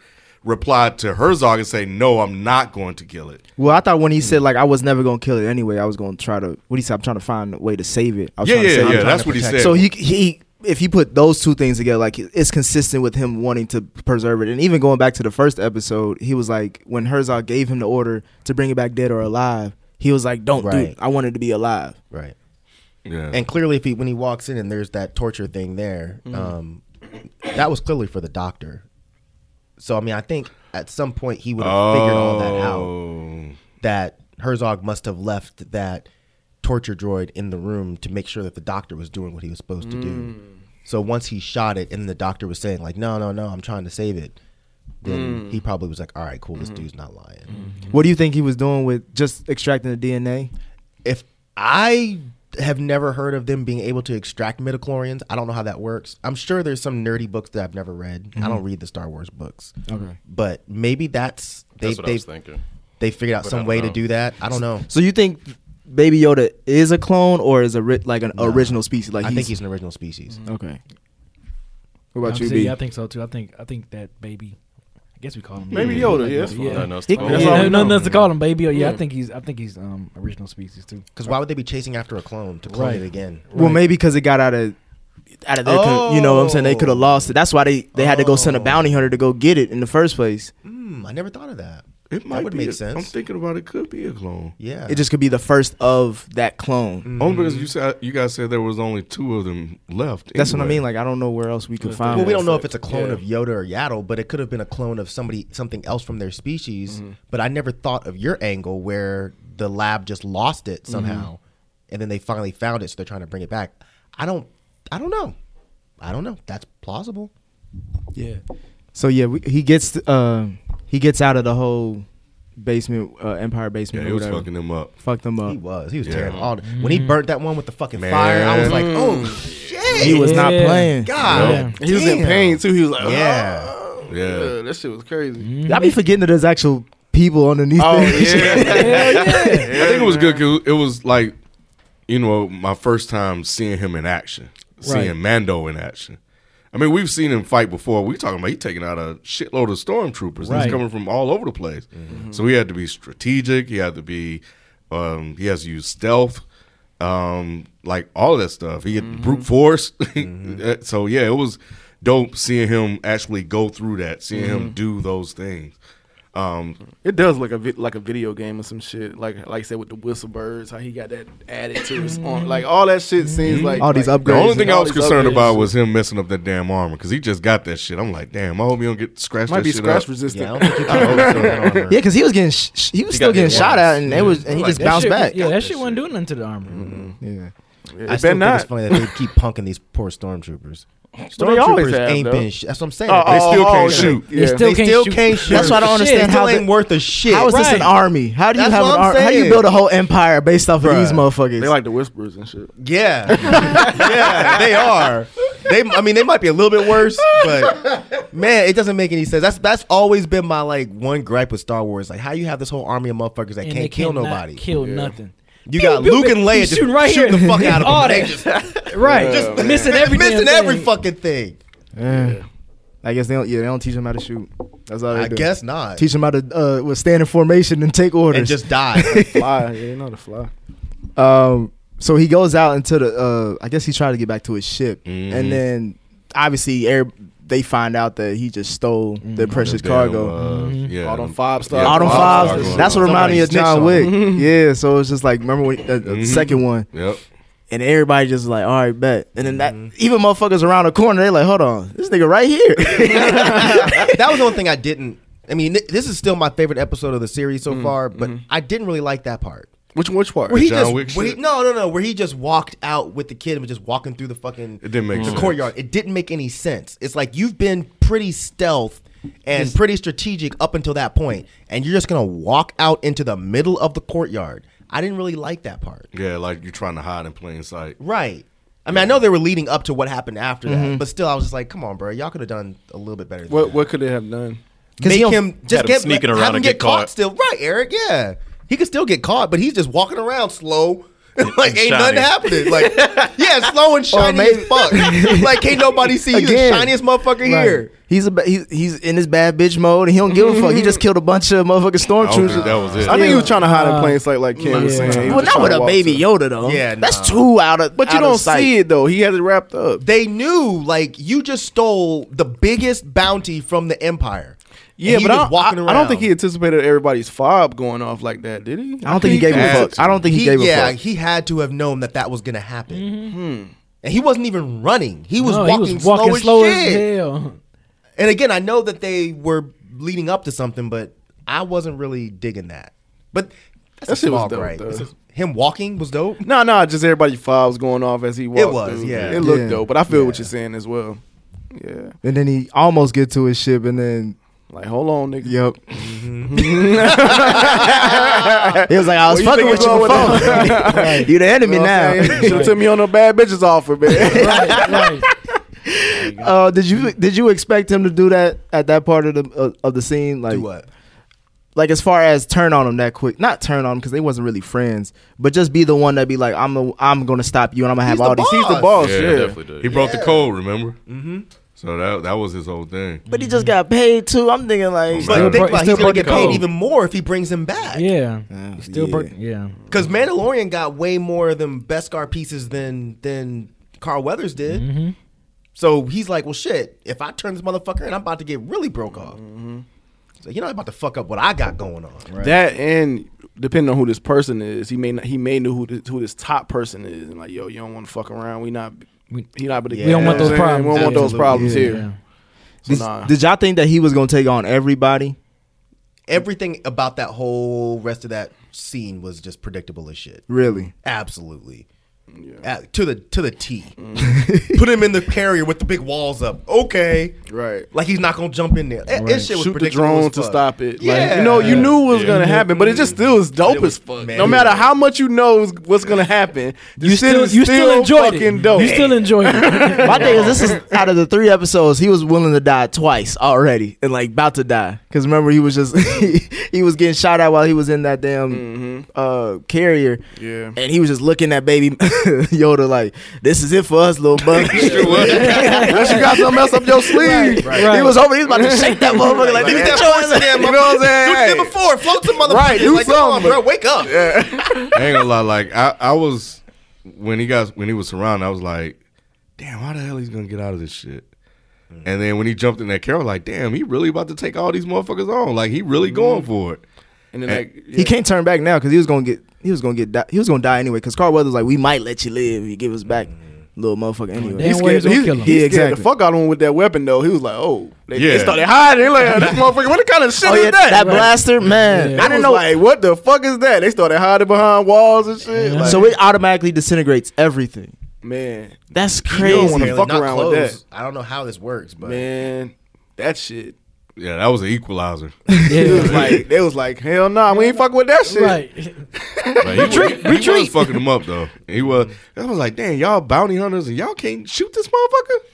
replied to Herzog and say, "No, I'm not going to kill it." Well, I thought when he said like I was never gonna kill it anyway, I was gonna try to what he said. I'm trying to find a way to save it. I was Yeah, trying to yeah, save yeah. it. That's what he said. So he he if he put those two things together, like it's consistent with him wanting to preserve it. And even going back to the first episode, he was like when Herzog gave him the order to bring it back dead or alive, he was like, "Don't do Right. it. I want it to be alive." right. yeah. Mm-hmm. And clearly if he when he walks in and there's that torture thing there, um, that was clearly for the doctor. So I mean I think at some point he would have figured all that out. Oh. That Herzog must have left that torture droid in the room to make sure that the doctor was doing what he was supposed to do. Mm. So once he shot it and the doctor was saying like, "No, no, no, I'm trying to save it," Mm. then he probably was like, "All right, cool, this Mm-hmm. dude's not lying." What do you think he was doing with just extracting the DNA? If I have never heard of them being able to extract midichlorians, I don't know how that works. I'm sure there's some nerdy books that I've never read. I don't read the Star Wars books. Okay, but maybe that's they That's what I they was thinking. they figured out But I some don't way to know. do that. I don't know. So you think Baby Yoda is a clone or is a ri- like an original species? Like I think he's an original species. okay. What about I you, see, B? I think so too. I think I think that baby. I guess we call him Maybe Yoda, yeah, that's yeah. fine. Nothing else to He- call him. yeah, That's all we nothing know. else to call him baby. Yeah, I Yeah. think he's I think he's um original species too. Because why would they be chasing after a clone to clone Right. it again? Well, maybe because it got out of out of their, con- you know, what I'm saying they could have Oh. lost it. That's why they they had to go send a bounty hunter to go get it in the first place. Hmm, I never thought of that. It might that would be make a- sense. I'm thinking about it could be a clone. yeah. It just could be the first of that clone. Only because you said you guys said there was only two of them left. That's what I anyway. mean. Like I don't know where else we could find. well, we it. don't know if it's a clone of Yoda or Yaddle, but it could have been a clone of somebody, something else from their species. Mm-hmm. But I never thought of your angle where the lab just lost Mm-hmm. it somehow, and then they finally found it, so they're trying to bring it back. I don't, I don't know, I don't know. That's plausible. Yeah. So yeah, we, he gets uh, he gets out of the whole basement uh, empire basement. yeah, or it was whatever. fucking them up. Fucked them up. He was, he was Yeah. tearing all. The, when he burnt that one with the fucking Man. fire, I was like, oh shit, He was not Yeah. playing. God, Yeah. He was in damn. pain too. He was like, Yeah. Oh, "Ah." Yeah. that shit was crazy. I be forgetting that there's actual people underneath. Oh there. yeah, I think it was good 'cause it was like, you know, my first time seeing him in action, seeing Right. Mando in action. I mean, we've seen him fight before. We talking about he taking out a shitload of stormtroopers. Right. Mm-hmm. He's coming from all over the place. So he had to be strategic. He had to be. Um, he has to use stealth. Um, like all of that stuff. He had Mm-hmm. brute force. Uh, so yeah, it was dope seeing him actually go through that. Seeing Mm-hmm. him do those things. Um, It does look a vi- like a video game or some shit. Like like I said with the whistlebirds, how he got that added to his on like all that shit seems like All these like, upgrades. The only thing I All was these concerned upgrades. about was him messing up that damn armor because he just got that shit. I'm like, damn, I hope he don't get scratched. might that be shit scratch up. resistant. Yeah, I don't think you can always throw it on her. Yeah, because he was getting sh- sh- he was He still got hit getting shot once. at, and it was and he just That bounced shit- back. Mm-hmm. Yeah, that shit wasn't doing nothing to the armor. Yeah. I It still think it's better not. funny that they keep punking these poor stormtroopers. they always Stormtroopers have, ain't though. been. Sh- that's what I'm saying. They still can't yeah. Oh, shoot. Yeah. still- they can't still shoot. can't shoot. That's why I don't Shit, understand Still how they- ain't worth a shit. How is this Right. an army? How do you That's have an what I'm army? How do you saying. build a whole empire based off of Bruh. these motherfuckers? they like the whisperers and shit. Yeah, yeah, they are. They, I mean, they might be a little bit worse, but man, it doesn't make any sense. That's that's always been my like one gripe with Star Wars, like how you have this whole army of motherfuckers that And they can't kill cannot nobody. Kill nothing. You got Pew, pew, Luke and pew. Leia He's just shooting right shooting here. the fuck out All of them. They that. just Right. Just man. missing every damn missing thing. every fucking thing. Yeah. I guess they don't. Yeah, they don't teach them how to shoot. That's all they I do. guess not. teach them how to uh, well, stand in formation and take orders. and just die. Fly, yeah, you know the fly. um, so he goes out into the. Uh, I guess he's trying to get back to his ship, Mhm. and then obviously air, they find out that he just stole their precious Damn, cargo. uh, yeah, All them five Yeah, stars. all them Bob fives. Barker. That's what reminded me of Somebody snitched John on Wick. yeah, so it's just like remember when, uh, the Mhm. second one, Yep. and everybody just like, all right, bet. And then that Mm-hmm. even motherfuckers around the corner, they like, hold on, this nigga right here. that was the one thing I didn't. I mean, th- this is still my favorite episode of the series Mm, so far, but mm-hmm. I didn't really like that part. Which which part? Where he John just Wick where he- shit? no no no where he just walked out with the kid and was just walking through the fucking It didn't make the sense. courtyard. It didn't make any sense. It's like you've been pretty stealth and pretty strategic up until that point, and you're just gonna walk out into the middle of the courtyard. I didn't really like that part. Yeah, like you're trying to hide in plain sight. Right. I mean, I know they were leading up to what happened after Mm-hmm. that, but still, I was just like, "Come on, bro, y'all could have done a little bit better." Than What that. what could they have done? Make he don't- him just him get sneaking have around him and get, get caught. caught. still. Right, Eric? Yeah, he could still get caught, but he's just walking around slow. like ain't nothing shiny. happening. Like yeah, slow and shiny maybe- as fuck. like can't nobody see you. The Again. shiniest motherfucker Right. here. He's a ba- he's, he's in his bad bitch mode, and he don't give a fuck. He just killed a bunch of motherfucking I don't think that stormtroopers. was it. I think he was trying to hide in plain sight, like Ken was Yeah. saying. He was Well, just not with trying a to walk baby to- Yoda though. Yeah, that's nah. too out of. But you out of don't sight. see it though. He has it wrapped up. They knew like you just stole the biggest bounty from the empire. Yeah, And he but I was don't, I, I don't think he around. anticipated everybody's fob going off like that, did he? I don't think he gave a had fuck. to. I don't think he, He- gave a yeah, fuck. he had to have known that that was gonna happen. And he wasn't even running. He was, No, walking, he was walking slow, as shit. hell. And again, I know that they were leading up to something, but I wasn't really digging that. But that's That a shit was small dope, gripe. though. This is- Him walking was dope. No, no, just everybody's fobs going off as he walked. was, through. yeah. It looked Yeah. dope, but I feel what you're saying as well. Yeah, and then he almost get to his ship, and then like hold on, nigga. yep. he was like, I was Where fucking you with think Mm-hmm. you I'm going with before. you the enemy now. Should have took me on a bad bitches offer, man. Right, right. Uh, did you did you expect him to do that at that part of the of, of the scene? Like Do what? Like as far as turn on him that quick, not turn on him because they wasn't really friends, but just be the one that be like, I'm the, I'm gonna stop you and I'm gonna have He's the all these. He's the Boss. boss. yeah, Yeah, definitely did. He broke the code, remember? Mm-hmm. So that that was his whole thing. But he just got paid too. I'm thinking like, But Still think broke- still about it, he's gonna broke get the paid code. even more if he brings him back. Yeah. Still yeah. burnt. Yeah. Because Mandalorian got way more of them Beskar pieces than than Carl Weathers did. Mm-hmm. So he's like, well, shit. If I turn this motherfucker in, I'm about to get really broke off. Mm-hmm. So you're not about to fuck up what I got going on. Right? That and depending on who this person is, he may not, he may know who this, who this top person is, and like yo, you don't want to fuck around. We not We- he not. We We don't want those We don't want problems. those problems Yeah. here. Yeah. So did, nah. did y'all think that he was gonna take on everybody? Everything about that whole rest of that scene was just predictable as shit. Really? Absolutely. Mm. Uh, to the to the T. Put him in the carrier with the big walls up. Okay. Right. Like he's not gonna jump in there. That, that shit was Shoot the predictable drone as to fuck. stop it. Like, Yeah. you know, you knew what was Yeah. gonna happen, but it just still is dope as fuck. man, no it matter how much you know is what's gonna happen, the You shit still, is you still, enjoyed fucking it. dope. You still enjoyed it. My thing is, this is out of the three episodes, he was willing to die twice already, and like about to die. Cause remember, he was just he, was getting shot at while he was in that damn Mm-hmm. uh, carrier, Yeah. and he was just looking at baby Yoda like, "This is it for us, little bug." Unless you got something else up your sleeve. He was over. He was about to shake that motherfucker like, Leave "Nigga, that get your ass force in out." there, You know motherfucker. what I'm saying? Dude, you Hey. did before. Float some motherfucker. Right, do like, come on, something. bro. Wake up. I ain't gonna lie. Like I, I was when he got when he was surrounded, I was like, damn, how the hell he's gonna get out of this shit? Hmm. And then when he jumped in that car, I was like, damn, he really about to take all these motherfuckers on. Like he really Mm-hmm. going for it. And then like He can't turn back now because he was gonna get he was gonna get di- he was gonna die anyway. Cause Carl Weathers like, "We might let you live. if You give us back, little motherfucker." Anyway, Damn well, he's gonna kill him. He Yeah, scared the exactly. fuck out of him with that weapon though. He was like, oh, they, they Yeah. started hiding. They're Like, this motherfucker, what kind of shit Oh is yeah, that? that, blaster, man. Yeah. I didn't know. Like, what the fuck is that? They started hiding behind walls and shit. Like, So it automatically disintegrates everything. man, That's You don't crazy. wanna Apparently fuck not around with closed. I don't know how this works, but man, that shit. Yeah, that was an equalizer. It was like they was like, hell nah, we ain't fucking with that shit. right. Like, he, was, he was fucking him up though. He was. I was like, damn, y'all bounty hunters and y'all can't shoot this motherfucker.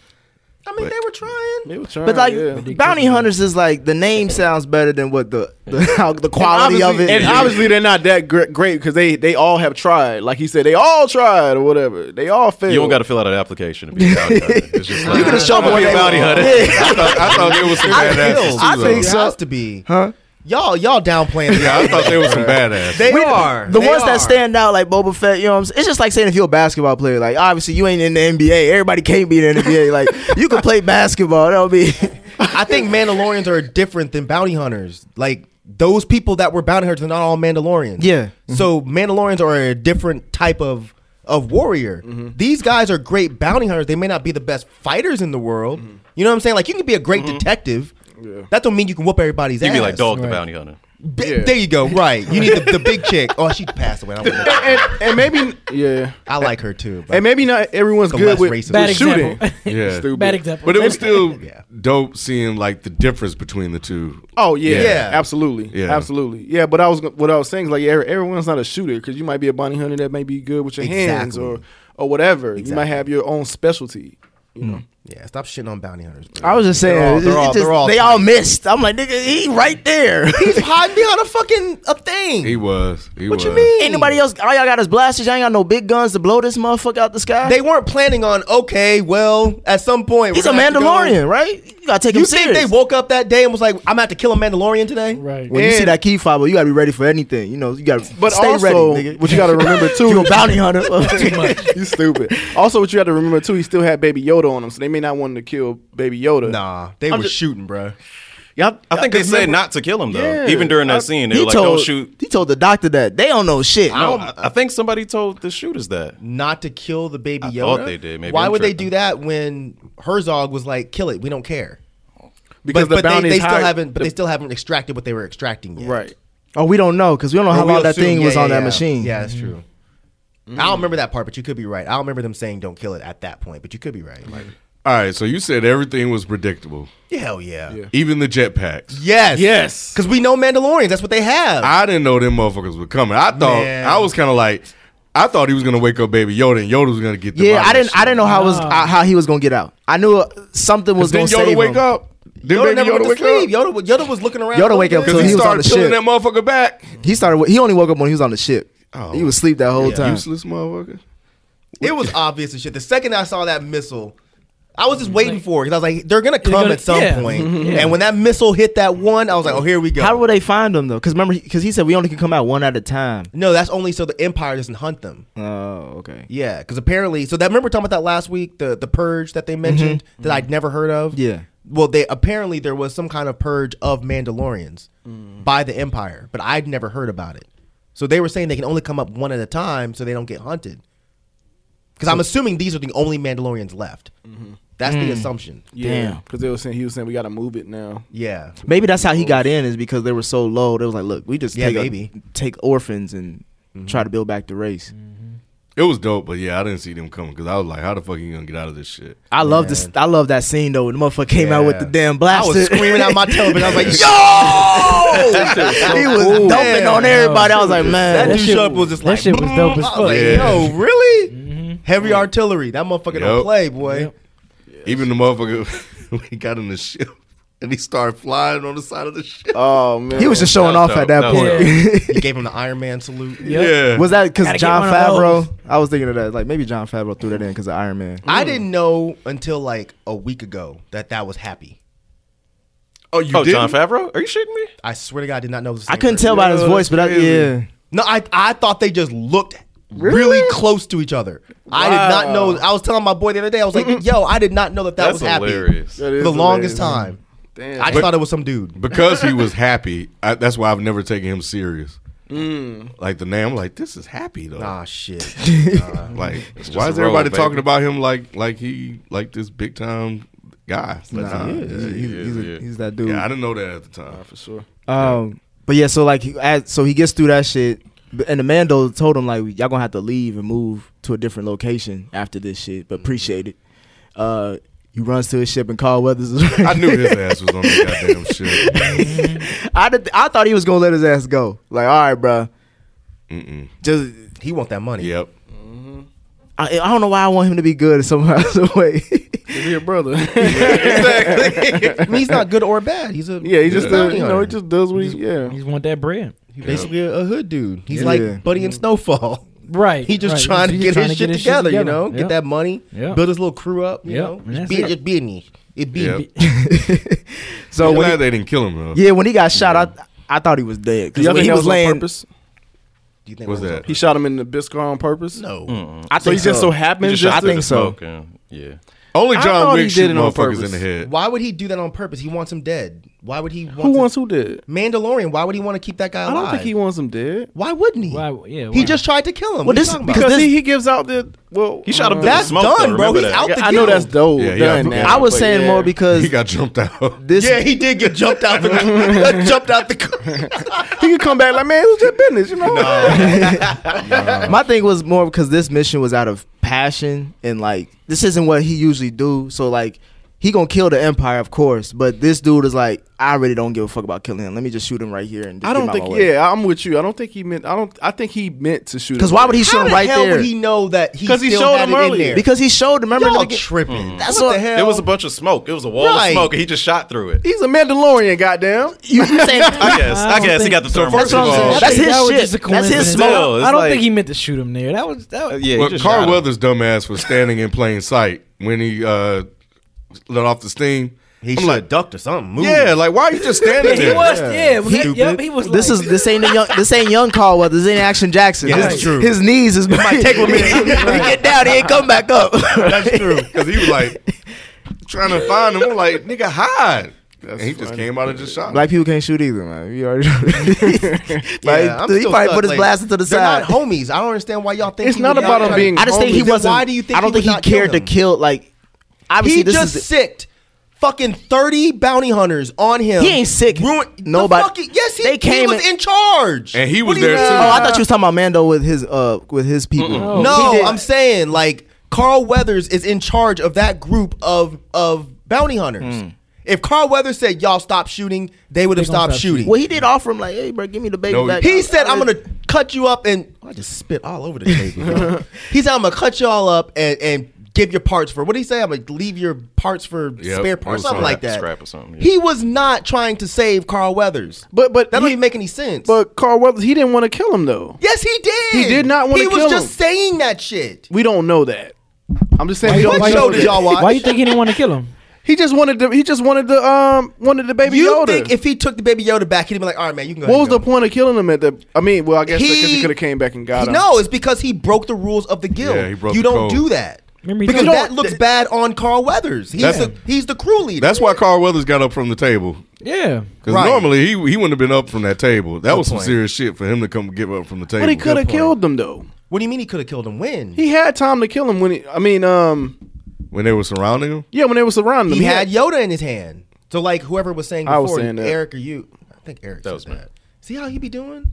I mean, they were trying. They was trying, But like yeah. bounty hunters is like the name sounds better than what the the, how, the quality of obviously- it. And obviously they're not that gr- great because they they all have tried. Like he said, they all tried or whatever. They all failed. You don't got to fill out an application to be a bounty hunter. It's just like, you could have shown them I'm what a they bounty hunter. Yeah. I thought, I thought there was some badasses. Too, I though. think It so. has to be. Huh? Y'all, y'all downplaying. Yeah, I thought there was some badasses. They are. The They ones are. that stand out like Boba Fett, you know what I'm saying? It's just like saying if you're a basketball player, like obviously you ain't in the NBA. Everybody can't be in the NBA. Like you can play basketball. That'll be I think Mandalorians are different than bounty hunters. Like those people that were bounty hunters are not all Mandalorians. Yeah. So Mandalorians are a different type of of warrior. These guys are great bounty hunters. They may not be the best fighters in the world. You know what I'm saying? Like you can be a great detective. That don't mean you can whoop everybody's You ass. be like dog the Right. bounty hunter. B- There you go. Right. You need the, the big chick. Oh, she passed away. I, don't wanna- and, and maybe yeah, I like her too. but- and maybe not everyone's The good less with, racist. with Bad shooting. example. Yeah. Stupid. Bad example. But it was still Yeah. dope seeing like the difference between the two. Oh yeah, Yeah. absolutely, Yeah. absolutely, yeah. But I was what I was saying is like yeah, everyone's not a shooter because you might be a bounty hunter that may be good with your hands Exactly. or or whatever. You might Exactly. have your own specialty. You know, yeah, stop shitting on bounty hunters. bro. I was just saying They're all- it's they're just- all- it's just- they're all they all missed. I'm like, nigga, he right there. He's hiding behind a fucking a thing. He was. He what was. you mean? Anybody else? All y'all got is blasters. Y'all ain't got no big guns to blow this motherfucker out the sky. They weren't planning on. Okay, well, at some point He's a we're gonna have to go- Mandalorian, right? You gotta take You him think serious. they woke up that day and was like, "I'm about to kill a Mandalorian today"? Right. when you see And- that key fob, you gotta be ready for anything. You know, you gotta but stay also ready, nigga. what you got to remember too. you a bounty hunter? you stupid. Also, what you got to remember too, he still had Baby Yoda on him, so they may not want to kill Baby Yoda. Nah, they were just- shooting, bro. y'all, I think they said not to kill him though. Yeah. Even during that scene, they were like, "Don't shoot." He told the doctor that they don't know shit. I, don't, I think somebody told the shooters that. Not to kill the baby I Yoda. thought they did. Maybe Why I'm would they tripping. do that when Herzog was like, "Kill it, we don't care"? but because the but they, bounty they still haven't. But they still haven't extracted what they were extracting yet. right. Oh, we don't know because we don't know Or how we long that assume- thing yeah, was yeah, on that yeah. machine. Yeah, that's true. I don't remember that part, but you could be right. I don't remember them saying "Don't kill it" at that point, but you could be right. Like, All right. So you said everything was predictable, hell yeah. even the jetpacks. Yes. Yes. Because we know Mandalorians. That's what they have. I didn't know them motherfuckers were coming. I thought Man. I was kind of like, I thought he was gonna wake up Baby Yoda and Yoda was gonna get. them Yeah, out I of didn't. that I didn't know how was Nah. uh, how he was gonna get out. I knew uh, something was shit. gonna Didn't save Yoda him. wake up? Did Yoda Baby never Yoda went wake to sleep. up? Yoda, Yoda was looking around. Yoda a wake little up bit. Because till he, he was on started the peeling ship. that motherfucker back. He started. He only woke up when he was on the ship. Oh. He was asleep that whole time. Useless motherfucker. It was obvious as shit. The second I saw that missile, I was just waiting for it because I was like, they're gonna come gonna- at some yeah. point. Mhm. And when that missile hit that one, I was like, oh, here we go. How would they find him though? Because remember, because he said we only can come out one at a time. no, that's only so the Empire doesn't hunt them. Oh, okay. Yeah, because apparently, so that remember talking about that last week, the the purge that they mentioned that I'd never heard of. Yeah. Well, they apparently there was some kind of purge of Mandalorians by the Empire, but I'd never heard about it. So they were saying they can only come up one at a time, so they don't get hunted. Because I'm assuming these are the only Mandalorians left. That's the assumption. Yeah, Damn. because they were saying he was saying we got to move it now. Yeah. Maybe that's how he got in is because they were so low. They was like, look, we just Yeah, take a- maybe. take orphans and try to build back the race. It was dope, but yeah, I didn't see them coming because I was like, how the fuck are you gonna get out of this shit? I love this. I love that scene though. When the motherfucker came out with the damn I blaster. was screaming out my television. I was like, yo! he was dumping on everybody. I was like, man, That That dude shit showed up was- was just that like, shit was dope as I was fuck. like, Yeah. yo, really? Heavy artillery. That motherfucker Yup. don't play, boy. Even the motherfucker when he got in the ship and he started flying on the side of the ship. Oh man, he was just showing That was off at that dope. That was point. He gave him the Iron Man salute. Yeah. was that because Gotta get John one of those. Favreau? I was thinking of that. Like maybe John Favreau threw that in because of Iron Man. I didn't know until like a week ago that that was Happy. oh, you Oh, did? John Favreau? Are you shitting me? I swear to God, I did not know. This I couldn't tell by his voice, but I, yeah, No, I I thought they just looked really, close to each other. I did not know. I was telling my boy the other day. I was like, "Yo, I did not know that that That's was Happy." hilarious. That For is the longest hilarious. time, Damn. I just thought it was some dude. because he was happy. I, that's why I've never taken him serious. Like the name, I'm like this is happy though. Ah, shit. Like just why a is everybody road, baby. talking about him like like he like this big time guy? Like, nah, he's, yeah, he's, yeah, he's, yeah. a, he's that dude. Yeah, I didn't know that at the time. for sure. Um, but yeah, so like, he- as, so he gets through that shit, b- and the Mando told him like, y'all gonna have to leave and move to a different location after this shit. But appreciate it. Uh, he runs to his ship and Carl Weathers. Is I knew his ass was on that goddamn shit. I did, I thought he was gonna let his ass go. Like, all right, bro. Mm-mm. Just He want that money. Yep. I, I don't know why I want him to be good somehow. Some way. He's your brother. I mean, he's not good or bad. He's a yeah, he just uh, bounty you know hunter. he just does what he yeah. He just want that bread. He's basically a, a hood dude. He's Yeah. like Buddy in Snowfall. Right. He just right. trying to He's get trying his shit together, you know, get that money, Yeah. build his little crew up, you Yeah, know, and that's be, it. just be in it. It be Yep. so I'm when glad he, they didn't kill him though. yeah, when he got shot, I I thought he was dead Do because y'all think he that was was on laying. purpose? Do you think What's that was oh, that? He shot him in the Biscar on purpose. No. I So he think just so happened. He Just just I shot through think the so. smoke and- Yeah. Only I John thought he Wick did shoot it on motherfuckers in purpose. the head. Why would he do that on purpose? He wants him dead. Why would he want who to- wants who dead? Mandalorian? Why would he want to keep that guy I alive? don't think he wants him dead Why wouldn't he? Why- yeah, He why? just tried to kill Well, him. What are you this- talking because about? this- he, he gives out the well. He shot him uh, through the That's smoke. though, done, bro. remember He's that. out the I know that's dope. Yeah, he done out the- now, I was but saying yeah. more because He got jumped out. this yeah, he did get jumped out the jumped out the car. he could come back like man, it was just business, you know. My thing was more because this mission was out of passion and like this isn't what he usually do. So like he gonna kill the empire, of course, but this dude is like, I really don't give a fuck about killing him. Let me just shoot him right here and. Just I don't think. Yeah, I'm with you. I don't think he meant. I don't. I think he meant to shoot. Because him why would he How shoot the him right hell there? would he know that he, Because he still showed had him it in earlier. there? because he showed. Remember in the y'all begin- tripping. That's what what- the hell. It was a bunch of smoke. It was a wall Right. of smoke, and he just shot through it. He's a Mandalorian, goddamn. you, you saying. I guess. I, don't guess he think- got the thermal. first of all- I That's think his that was shit. just a That's his coincidence. smoke. Still, it's I don't like- think he meant to shoot him there. That was that. Was, yeah, he well, just shot Carl him. Weathers' dumbass was standing in plain sight when he uh, let off the steam. He I'm should like, have ducked or something. Moved. yeah, like why are you just standing he there? was. Yeah, it was that- yep, he was. This like- is this ain't a young this ain't young Caldwell. This ain't Action Jackson. Yeah, his, that's true. His knees is might take him a minute. he get down, he ain't come back up. That's true. Because he was like trying to find him. I'm like, nigga, hide. and he just came out and just shot. him. Black people can't shoot either, man. You already like Yeah, I'm he still probably stuck, put his like, blaster to the They're side. not homies. I don't understand why y'all think It's he not would- about him being I just think he homies. Then wasn't. Why do you think? I don't he think would he not kill cared to him? kill. Like obviously He this just is. sicked fucking thirty bounty hunters on him. He ain't sick. Ruin- the Nobody- fuck he- yes, he, They he came was and- in charge, And he What was do you there, mean? too. oh, I thought you was talking about Mando with his uh with his people. No. No, He did- I'm saying like Carl Weathers is in charge of that group of of bounty hunters. If Carl Weathers said y'all stop shooting, they would have They gonna stopped stop shooting. Well, he did offer him like, "Hey, bro, give me the baby No, he- back." He said, "I'm gonna cut you up," and I just spit all over the table. yo. he said, "I'm gonna cut you all up and and give your parts for what did he say? I'm gonna leave your parts for Yep, spare it parts, was something something like like that." scrap or something, yeah. He was not trying to save Carl Weathers, But but that he, don't even make any sense. But Carl Weathers, he didn't want to kill him though. yes, he did. He did not wanna He kill was just him. saying that shit. We don't know that. I'm just saying. we What don't know show that. did y'all watch? Why you think he didn't want to kill him? He just wanted to. He just wanted the um wanted the baby you Yoda. think if he took the baby Yoda back, he'd be like, "All right, man, you can go." what was ahead the and go. point of killing him at the? I mean, well, I guess because he, He- could have came back and got He- him. No, it's because he broke the rules of the guild. Yeah, he broke you the code. don't do that. Remember, he Because told- that looks bad on Carl Weathers. He's, That's- the, he's the crew leader. That's why Carl Weathers got up from the table. Yeah. Because Right. normally he he wouldn't have been up from that table. That was some point. serious shit for him to come give up from the table. but he could have point. killed them though. What do you mean he could have killed him? When He had time to kill him when he. I mean, um, when they were surrounding him. yeah, when they were surrounding him, he had Yoda in his hand. So like whoever was saying before, I was saying that. Eric or you, I think Eric That said was me. that. See how he be doing?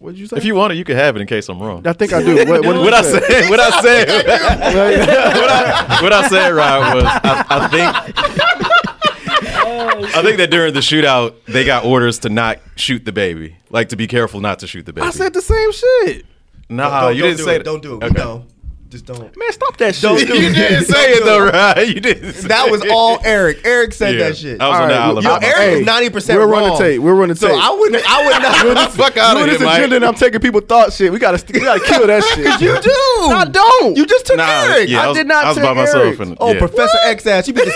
What'd you say? If you want it, you can have it in case I'm wrong. I think I do. What, what, What I said, what I said, what I, what I said, Rod, was I, I think, I think that during the shootout, they got orders to not shoot the baby, like to be careful not to shoot the baby. I said the same shit. nah, don't, you don't didn't do say it. that. Don't do it. Okay. No, just don't. Man, stop that shit. Don't do You it. didn't say it though, Rod. You didn't. Say That was it. all Eric. Eric said Yeah. that shit. I was on the island. Yo, by myself. Eric is 90% We're running wrong. tape. We're running So tape. I wouldn't. I would not. fuck out doing of this here, Mike. agenda and I'm taking people thought shit. We gotta we gotta kill that shit. You do. I don't. You just took Nah, Eric. yeah, I was, did not I was take by myself. Eric. And, Oh, yeah. Professor X ass. You be just.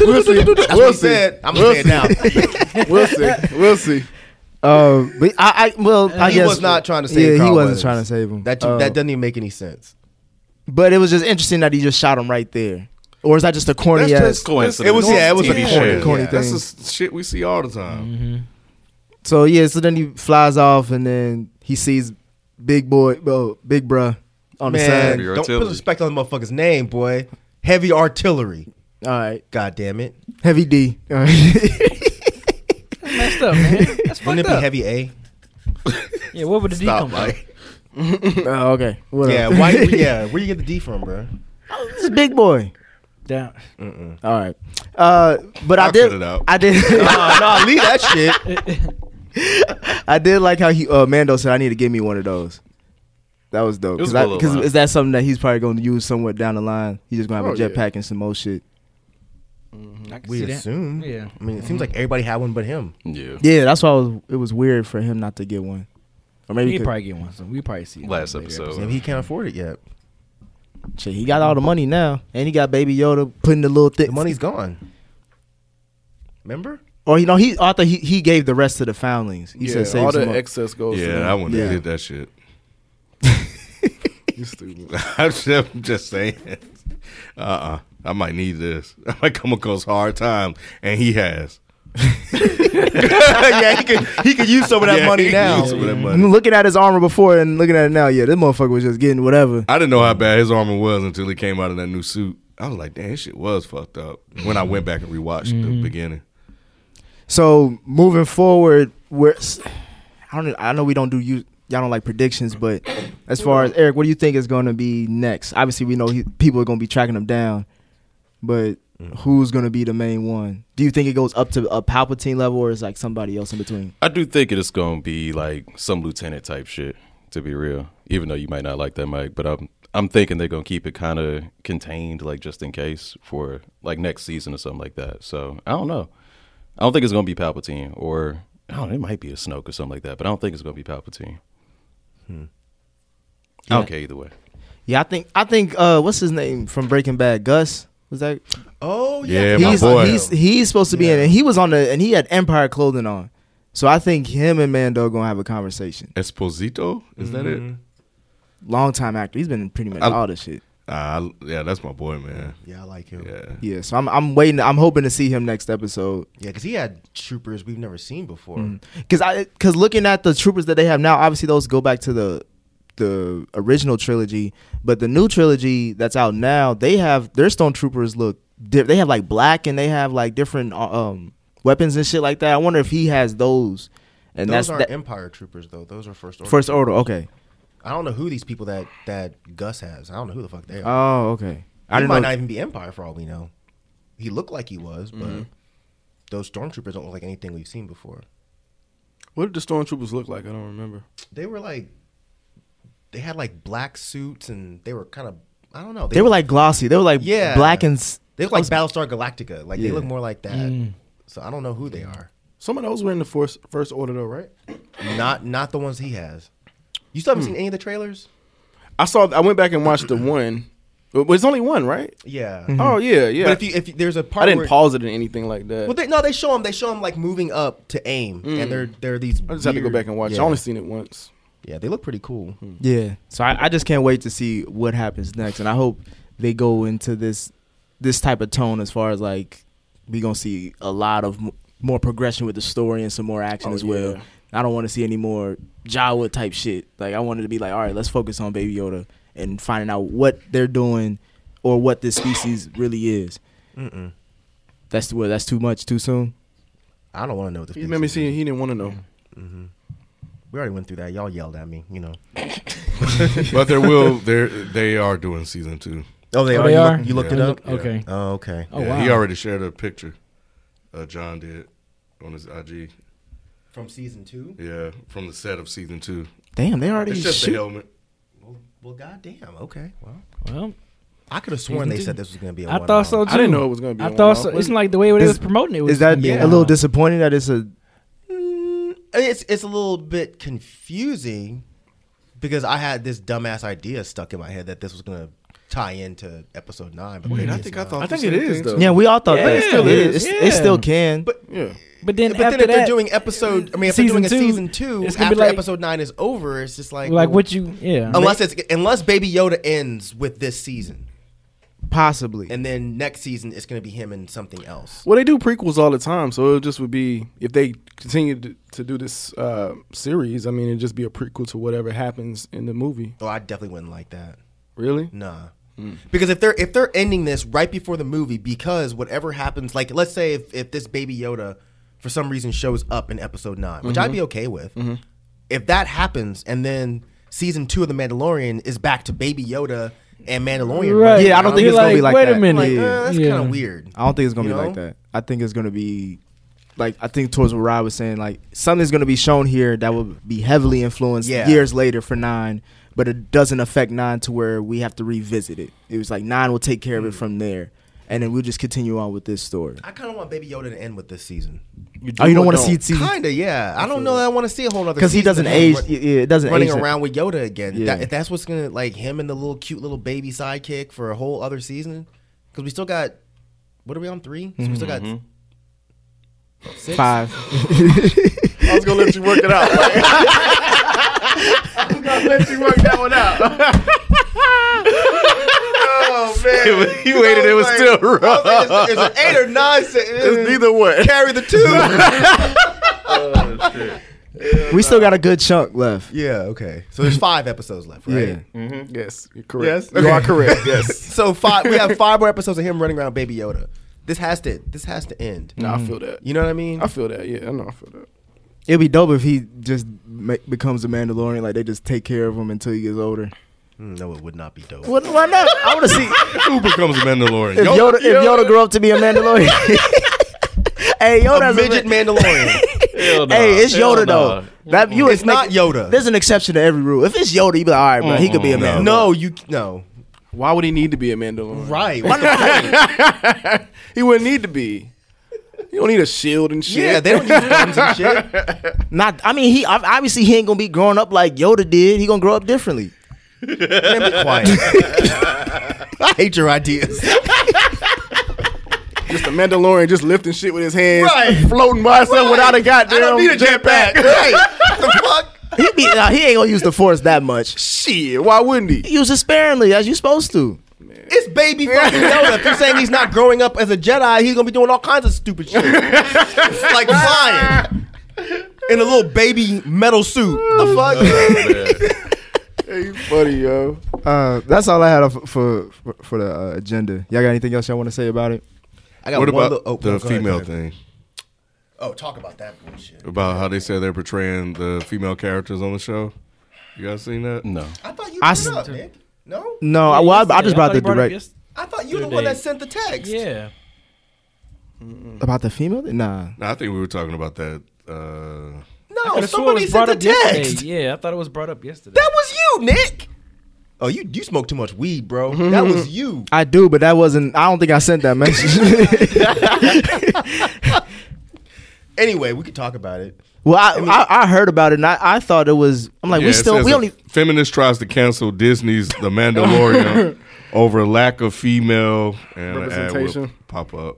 we'll see. That's what We'll he see. said. I'm gonna say it now. We'll see. We'll see. Um, but I, I well, I he guess was not trying to save. Yeah, he Carl wasn't Weathers. trying to save him. That Uh, that doesn't even make any sense. But it was just interesting that he just shot him right there. Or is that just a corny ass? just coincidence. It was yeah. It was TV a show. corny, Corny yeah. thing. That's the s- shit we see all the time. So yeah, so then he flies off, and then he sees big boy, well, big bruh on Man, Heavy don't artillery. put respect on the motherfucker's name, boy. Heavy artillery. the side. All right, God damn it. heavy D. All right. messed up, man. That's fucked Wouldn't it be up. heavy A? Yeah, where would the D come from? oh, okay, Yeah. whatever. Why? Yeah. Where you get the D from, bro? this is big boy. Down. All right, uh, but I I'll cut did, it out. I did, Nah, nah, leave that shit. I did like how he uh, Mando said, "I need to give me one of those." That was dope. It was Because a cool little line. is that something that he's probably going to use somewhat down the line? He's just going to have Oh, a yeah. jetpack and some more shit. I can We see that. assume. Yeah. I mean, it seems like everybody had one but him. Yeah. Yeah, that's why it was, it was weird for him not to get one, or maybe We he, could could, probably get one. So we probably see it Last later. episode. Maybe he can't afford it yet. shit, he got all the money now, and he got Baby Yoda putting the little thick The money's gone. Remember? Or you know, he Arthur he, he gave the rest to the foundlings. He Yeah, said save all some the up. excess goes. to Yeah, them. I wouldn't Yeah. have did that shit. You stupid. I'm just, I'm just saying. Uh uh I might need this. I might come across hard times, and he has. yeah, he could he could use some of that Yeah, money he now. needs some of that money. I'm looking at his armor before and looking at it now, yeah, this motherfucker was just getting whatever. I didn't know how bad his armor was until he came out in that new suit. I was like, damn, this shit was fucked up. When Mm-hmm. I went back and rewatched the beginning. So moving forward, we're I don't know- I know we don't do you y'all don't like predictions, but as far as Eric, what do you think is going to be next? Obviously, we know he, people are going to be tracking him down, but Mm-hmm. who's going to be the main one? Do you think it goes up to a Palpatine level, or is like somebody else in between? I do think it is going to be like some lieutenant type shit. To be real, even though you might not like that, Mike, but I'm I'm thinking they're going to keep it kind of contained, like just in case for like next season or something like that. So I don't know. I don't think it's going to be Palpatine, or I don't. know, It might be a Snoke or something like that, but I don't think it's going to be Palpatine. Hmm. Okay, either way. Yeah, I think I think uh, what's his name from Breaking Bad? Gus was that? Oh Yeah, yeah. my he's, boy. he's he's supposed to be in, and he was on the, and he had Empire clothing on. So I think him and Mando gonna have a conversation. Esposito? Is that it? Long time actor, he's been in pretty much I- all this shit. Uh, yeah, that's my boy, man. Yeah, I like him. Yeah. Yeah, so I'm I'm waiting. I'm hoping to see him next episode. Yeah, because he had troopers we've never seen before. Mm. Cause I cause looking at the troopers that they have now, obviously those go back to the the original trilogy, but the new trilogy that's out now, they have their stone troopers look di- they have like black and they have like different uh, um weapons and shit like that. I wonder if he has those. And Those that's aren't that, Empire troopers though. Those are first order. first order. Okay. I don't know who these people that that Gus has. I don't know who the fuck they are. Oh, okay. I he didn't might know. not even be Empire for all we know. He looked like he was, but Mm-hmm. those stormtroopers don't look like anything we've seen before. What did the stormtroopers look like? I don't remember. They were like, they had like black suits and they were kind of, I don't know. they were like glossy. They were like Yeah. black and s- they look like Battlestar Galactica. Like they Yeah. Mm. look more like that. So I don't know who they are. Some of those were in the first first order though, right? Not not the ones he has. You still haven't Hmm. seen any of the trailers? I saw. I went back and watched the one. But it's only one, right? Yeah. Mm-hmm. Oh yeah, yeah. But if you if you- there's a part I didn't where, pause it or anything like that. Well, they, no, they show him. They show him like moving up to aim, and they're they're these. Mm. I just had to go weird- back and watch. Hmm. Yeah. I only seen it once. yeah, they look pretty cool. Yeah. So I, I just can't wait to see what happens next, and I hope they go into this this type of tone as far as like we gonna see a lot of m- more progression with the story and some more action Oh, as well. yeah. I don't want to see any more Jawa type shit. Like I wanted to be like, all right, let's focus on Baby Yoda and finding out what they're doing or what this species really is. That's what. That's too much. Too soon. I don't want to know what this. He made me picture see. is. He didn't want to know. We already went through that. Y'all yelled at me, you know. but there will there they are doing season two. Oh, they Oh, are. they you, are? Look, you looked it up. Okay. Oh, okay. Oh yeah, wow. he already shared a picture. Uh, John did on his IG. From season two. Yeah, from the set of season two. Damn, they already It's just the shoot. helmet. Well, goddamn. Okay. Well, well, I could have sworn Season they two. said this was going to be a I one thought so hour. too. I didn't know it was gonna be I a thought one-off. so. It's like the way it Is- was promoting it. Was Is that gonna be a little one-off. disappointing that it's a Mm, It's it's a little bit confusing because I had this dumbass idea stuck in my head that this was going to tie into episode nine. But maybe I it's think I not. thought. I think it is though. Yeah, we all thought Yeah, that. it still It, is. it's- it Yeah. still can. But Yeah. But then But after then if they're that, doing episode, I mean, if they're Season doing a two, season two it's after gonna be like- episode nine is over, it's just like like well, what you yeah. unless it's unless Baby Yoda ends with this season, possibly. and then next season it's going to be him and something else. Well, they do prequels all the time, so it just would be if they continue to, to do this uh, series. I mean, it'd just be a prequel to whatever happens in the movie. Oh, I definitely wouldn't like that. Really? Nah. Because if they're if they're ending this right before the movie, because whatever happens, like let's say if, if this baby Yoda for some reason shows up in episode nine, which I'd be okay with. If that happens and then season two of The Mandalorian is back to baby Yoda and Mandalorian. Right. Yeah, I don't think You're it's gonna be like wait that. a minute. Like, uh, that's Yeah. kind of weird. I don't think it's gonna You be like know? that. I think it's gonna be like I think towards what Rob was saying, like something's gonna be shown here that will be heavily influenced Yeah. years later for nine, but it doesn't affect nine to where we have to revisit it. It was like nine will take care of it from there. And then we'll just continue on with this story. Mm. I kind of want Baby Yoda to end with this season. oh, you don't want to don't. see season Kinda, yeah. I don't know that I want to see a whole other because he doesn't age. Yeah, yeah, it doesn't running age him. around with Yoda again. Yeah. That, if that's what's gonna like him and the little cute little baby sidekick for a whole other season, because we still got what are we on 3 So we still got Mm-hmm. Five. I was gonna let you work it out. I'm gonna let you work that one out. oh man, you waited. It was still rough. it's, it's an eight or nine. se- It's neither one. Carry the two. we still got a good chunk left. yeah. Okay. So there's five episodes left, right? Yeah. Mm-hmm. Yes, you're correct. Yes? Okay. You are correct. Yes. So five. We have five more episodes of him running around Baby Yoda. This has to. This has to end. no, I feel that. You know what I mean? I feel that. Yeah, I know. I feel that. It'd be dope if he just ma- becomes a Mandalorian. Like they just take care of him until he gets older. Mm, no, it would not be dope. What, why not? I want to see if Who becomes a Mandalorian? Yo, Yoda, if Yoda grew up to be a Mandalorian. hey, A Yoda's midget Mandalorian. Hell nah. Hey, it's Hell Yoda nah. though. That you It's not expect- Yoda. There's an exception to every rule. If it's Yoda, you be like, all right, bro, he could be a man. no, you no. Why would he need to be a Mandalorian? Right. He wouldn't need to be. You don't need a shield and shit. yeah, they don't use guns and shit. not. I mean, he ob- obviously he ain't gonna be growing up like Yoda did. He gonna grow up differently. Man, be quiet. I hate your ideas. just a Mandalorian just lifting shit with his hands, Right. floating by himself without a goddamn. I don't need a jetpack. Right. the fuck? He be nah, he ain't gonna use the force that much. Shit, why wouldn't he? He Use it sparingly as you supposed to. It's baby fucking Yoda. If you're saying he's not growing up as a Jedi, he's gonna be doing all kinds of stupid shit. like flying. In a little baby metal suit. The fuck? Hey, funny yo. Uh, that's all I had for for, for the uh, agenda. Y'all got anything else y'all want to say about it? I got what one about little- oh, the oh, go ahead, female go thing? ahead. Oh, talk about that bullshit. About how they said they're portraying the female characters on the show. You guys seen that? No. I thought you I brought s- Mm. it up, Nick. No? No, I, Oh, well, I, I just brought the direct I thought you were the one that sent the text. Yeah. about the female. Nah, No, I think we were talking about that. Uh, No, somebody sent the text. Yeah, I thought it was brought up yesterday. That was you, Nick. Oh, you you smoke too much weed, bro. That was you. I do, but that wasn't. I don't think I sent that message. Anyway, we could talk about it. well, I, I I heard about it and I, I thought it was. I'm like, yeah, we it still says we a only. feminist tries to cancel Disney's The Mandalorian over lack of female and an ad will Representation. pop up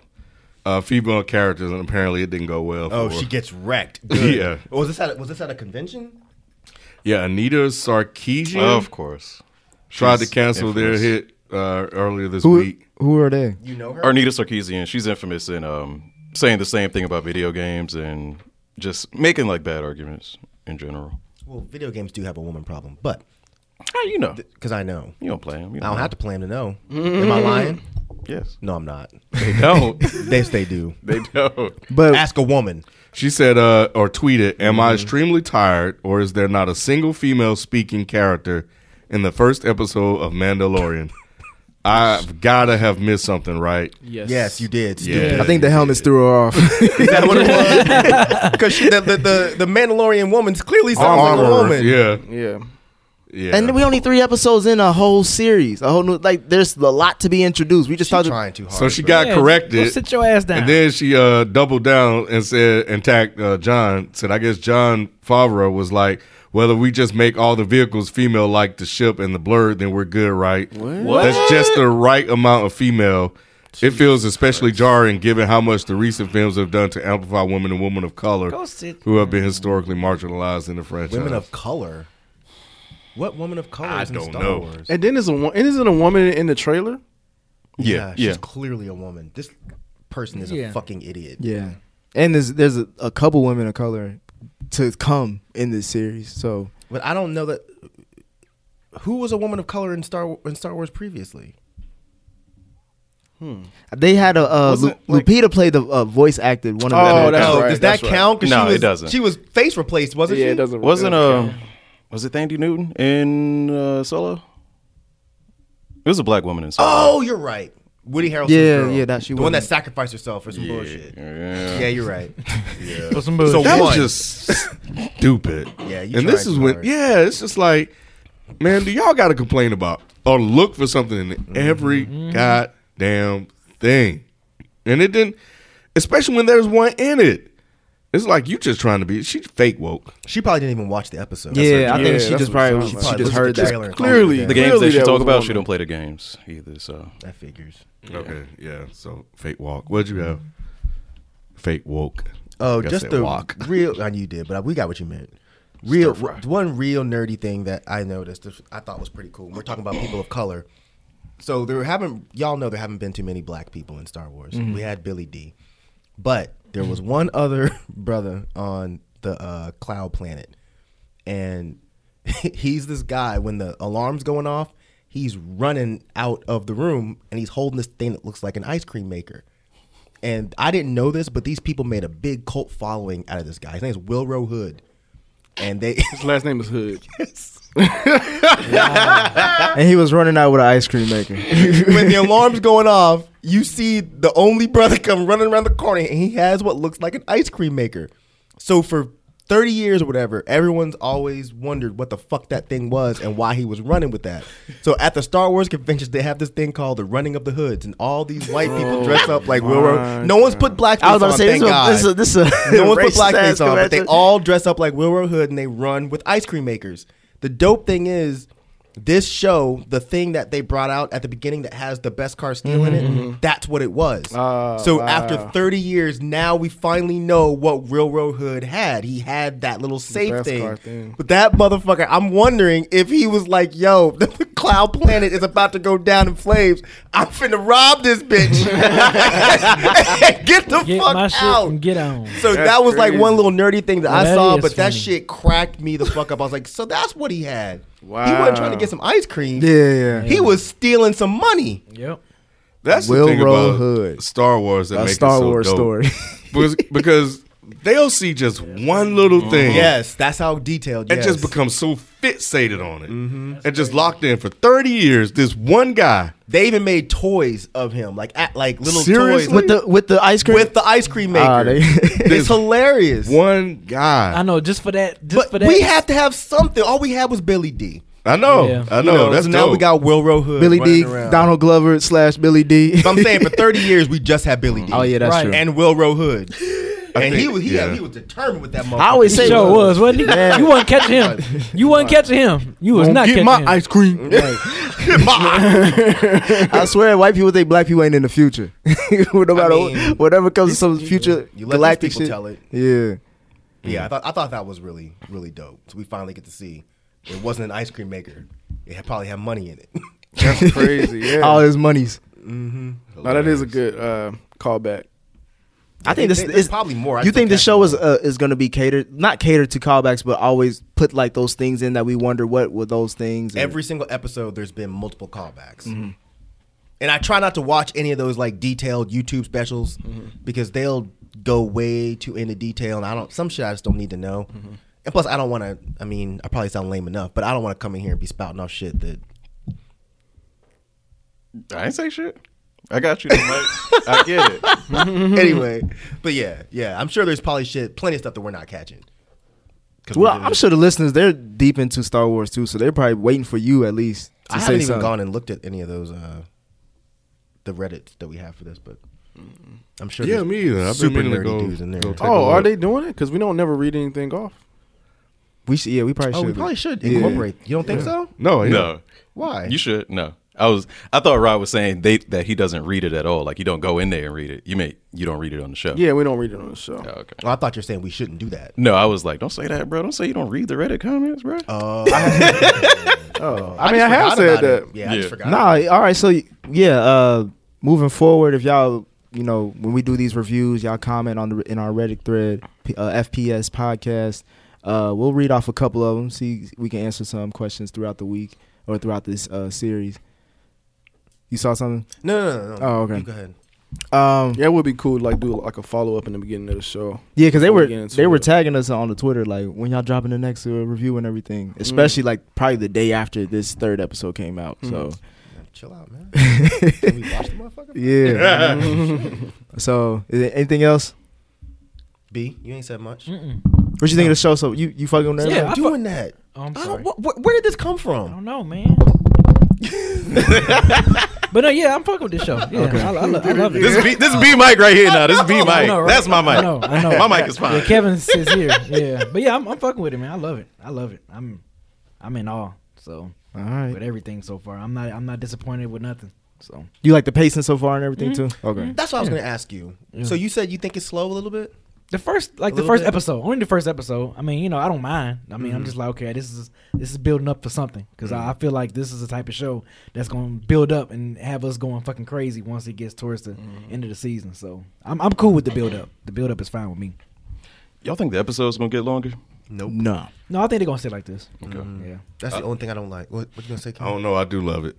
uh, female characters, and apparently it didn't go well. Oh, for- she gets wrecked. Yeah. Was this at was this at a convention? yeah. Anita Sarkeesian Of course. tried to she's cancel infamous. their hit uh, earlier this Who, week. who are they? You know her. Arnita Sarkeesian, she's infamous in um, saying the same thing about video games and just making like bad arguments in general. Well, video games do have a woman problem, but Ah, you know, because I know, you don't play them. You I don't have to play him to know. Am I lying? Yes. No, I'm not. They don't. yes, they do. they don't. But Ask a woman. She said, uh, or tweeted, "Am Mm-hmm. I extremely tired, or is there not a single female speaking character in the first episode of Mandalorian? I've gotta have missed something, right? Yes. Yes, you did. Yeah. I think the helmets threw her off. Is that what it was? Because the, the, the, the Mandalorian woman's clearly sounds like Armor, a woman. yeah, Yeah. yeah. And we only three episodes in a whole series. A whole new like there's a lot to be introduced. We just She's talked trying too hard. so she bro. got Yeah, Go corrected, sit your ass down. and then she uh, doubled down and said, and tagged uh, John said, I guess John Favreau was like." Whether we just make all the vehicles female like the ship and the blur, then we're good, right? What? That's just the right amount of female. It feels especially jarring given how much the recent films have done to amplify women and women of color Go sit. who have been historically marginalized in the franchise. Women of color. What woman of color I is don't in Star know. Wars? And then is a wo- and isn't a woman in the trailer? Yeah. she's Yeah. clearly a woman. This person is Yeah. a fucking idiot. Yeah, and there's there's a, a couple women of color to come in this series. So But I don't know that. Who was a woman of color in Star in Star Wars previously? they had a uh, Lu- Wasn't, like- Lupita played the uh, voice acted one of Oh, the that's no, right, does that that's right. count? 'Cause No, she was, it doesn't. She was face replaced, wasn't yeah, she? it doesn't. Wasn't it doesn't um, was it Thandie Newton in uh, Solo? It was a black woman in Solo. Oh, you're right. Woody Harrelson's Yeah, girl. yeah, that she the one was. that sacrificed herself for some bullshit. Yeah. Yeah, you're right. For some booze. So that was one. just stupid. Yeah, you and this tried is too when hard. yeah, it's just like, man, do y'all got to complain about or look for something in Mm-hmm. every goddamn thing? And it didn't, especially when there's one in it. It's like you just trying to be. She fake woke. She probably didn't even watch the episode. yeah, I Yeah, think she that's just what it probably sounds she, she like. Probably just looked heard at the that. trailer and called it clearly a The day. games Clearly that she that talk was about, a she don't play the games either. So That figures. Okay, yeah. So fake walk. What'd you have? Fake woke. Oh, Like I just said, the walk. real. I knew you did, but we got what you meant. Real one real nerdy thing that I noticed, that I thought was pretty cool. We're talking about people of color, so there haven't y'all know there haven't been too many black people in Star Wars. We had Billy D, but there was one other brother on the uh, Cloud Planet, and he's this guy. When the alarm's going off, he's running out of the room and he's holding this thing that looks like an ice cream maker and I didn't know this, but these people made a big cult following out of this guy. His name is Wilro Hood, and they His last name is Hood. And he was running out with an ice cream maker. when the alarm's going off, you see the only brother come running around the corner, and he has what looks like an ice cream maker. So for thirty years or whatever, everyone's always wondered what the fuck that thing was and why he was running with that. So at the Star Wars conventions, they have this thing called the Running of the Hoods, and all these white people dress up like Wilro. No one's put blackface I was about on. to say this thank is, a, God. this is a this is a no one's put racist ass blackface on, but they convention. all dress up like Wilbur Hood and they run with ice cream makers. The dope thing is this show, the thing that they brought out at the beginning that has the best car steal in it, Mm-hmm. that's what it was. so after 30 years, now we finally know what Railroad Hood had. He had that little safe best thing. car thing. But that motherfucker, I'm wondering if he was like, yo, the cloud planet is about to go down in flames. I'm finna rob this bitch. get the Get fuck my shit out. and get on. So that was like one little nerdy thing that Well, I that saw, is but that funny. shit cracked me the fuck up. I was like, so that's what he had. He wasn't trying to get some ice cream. Yeah, yeah. He was stealing some money. Yep. That's Will the thing Rowe about Hood. Star Wars that A makes Star it so Wars dope. story. because, because they'll see just one little thing. Yes, that's how detailed. and Yes. just becomes so fixated on it and just locked in for 30 years this one guy they even made toys of him, like at, like little Seriously? toys with the with the ice cream. with the ice cream maker. Ah, they- it's hilarious. one guy I know. Just for that. Just for but that. we have to have something. All we had was Billy D. i know Yeah. i You know that's so now dope. we got Wilro Hood, Billy D, running around. Donald Glover slash Billy D. I'm saying for 30 years we just had Billy D. oh yeah, that's Right. true. and Wilro Hood. and he think- was he, yeah. he was determined with that motherfucker. I always He say sure was, wasn't he? You wasn't catching him. You wasn't catching him. You was Don't not get catching my him. ice cream. I swear, white people think black people ain't in the future. no matter mean, whatever comes to some future you let these galactic people shit. tell it. Yeah, Yeah, I thought I thought that was really really dope. So we finally get to see it wasn't an ice cream maker. It had, probably had money in it. That's crazy. Yeah. all his monies. now that is a good uh, callback. I think this There- there's is probably more. I You just think the don't catch show it is all. uh, is going to be catered, not catered to callbacks, but always put like those things in that we wonder what were those things. and- Mm-hmm. every single episode? There's been multiple callbacks. And I try not to watch any of those like detailed YouTube specials because they'll go way too into detail, and I don't. Some shit I just don't need to know. And plus, I don't want to. I mean, I probably sound lame enough, but I don't want to come in here and be spouting off shit that. I ain't say shit. I got you, though, Mike. I get it. anyway, but yeah, yeah, I'm sure there's probably shit, plenty of stuff that we're not catching. 'Cause we Well, didn't- I'm sure the listeners they're deep into Star Wars too, so they're probably waiting for you at least to I say haven't even something. gone and looked at any of those uh the Reddit that we have for this, but I'm sure. Yeah, there's me either. I've been super meaning to nerdy go- dudes in there. go take a Oh, are look. they doing it? Because we don't never read anything off. We should, yeah, we probably oh, should. we probably should incorporate. You don't think so? No, yeah. No. Why? You should. No. I was I thought Rod was saying they that he doesn't read it at all. Like you don't go in there and read it. You may you don't read it on the show. Yeah, we don't read it on the show. Oh, okay. Well, I thought you were saying we shouldn't do that. No, I was like, don't say that, bro. Don't say you don't read the Reddit comments, bro. Uh, Oh. I mean, I, have Forgot said about that. it. Yeah, I just Yeah. forgot. Nah, all right. So yeah, uh, moving forward, if y'all, you know, when we do these reviews, y'all comment on the in our Reddit thread, P- uh, FPS podcast. Uh, we'll read off a couple of them. See, if we can answer some questions throughout the week or throughout this uh, series. You saw something? No, no, no, no. Oh, okay. You go ahead. Um, Yeah, it would be cool. to, Like do like a follow up in the beginning of the show. yeah, because they Before we were get into they were it. tagging us on the Twitter like when y'all dropping the next uh, review and everything, Mm. especially like probably the day after this third episode came out. Mm-hmm. So. Now, Chill out, man. Can we watch the motherfucker? Yeah. so, is there anything else? B, you ain't said much. What you think of the show? So you you fucking with Yeah, everybody? Mm, I Stop fu- doing that. Oh, I'm I sorry. don't, wh- wh- where did this come I from? don't know, man. but no, yeah, I'm fucking with this show. Yeah, I, I, lo- I love it. This be this be Mike right here now. This be I Mike. know, right? That's my I mic. know, I know. My mic is fine. Yeah, Kevin sits here. Yeah, but yeah, I'm, I'm fucking with it, man. I love it. I love it. I'm, I'm in awe. So All right. with everything so far, I'm not, I'm not disappointed with nothing. So You like the pacing so far and everything too? Okay. That's what I was going to ask you. So you said you think it's slow a little bit? the first, like the little first bit? episode, only the first episode. I mean, you know, I don't mind. I mean, I'm just like, okay, this is this is building up for something because I, I feel like this is the type of show that's going to build up and have us going fucking crazy once it gets towards the end of the season. So I'm, I'm cool with the build up. The build up is fine with me. Y'all think the episode's gonna get longer? No. No, I think they're gonna sit like this. Yeah. That's the only thing I don't like. What, what you going to say, I Kevin? don't know. I do love it.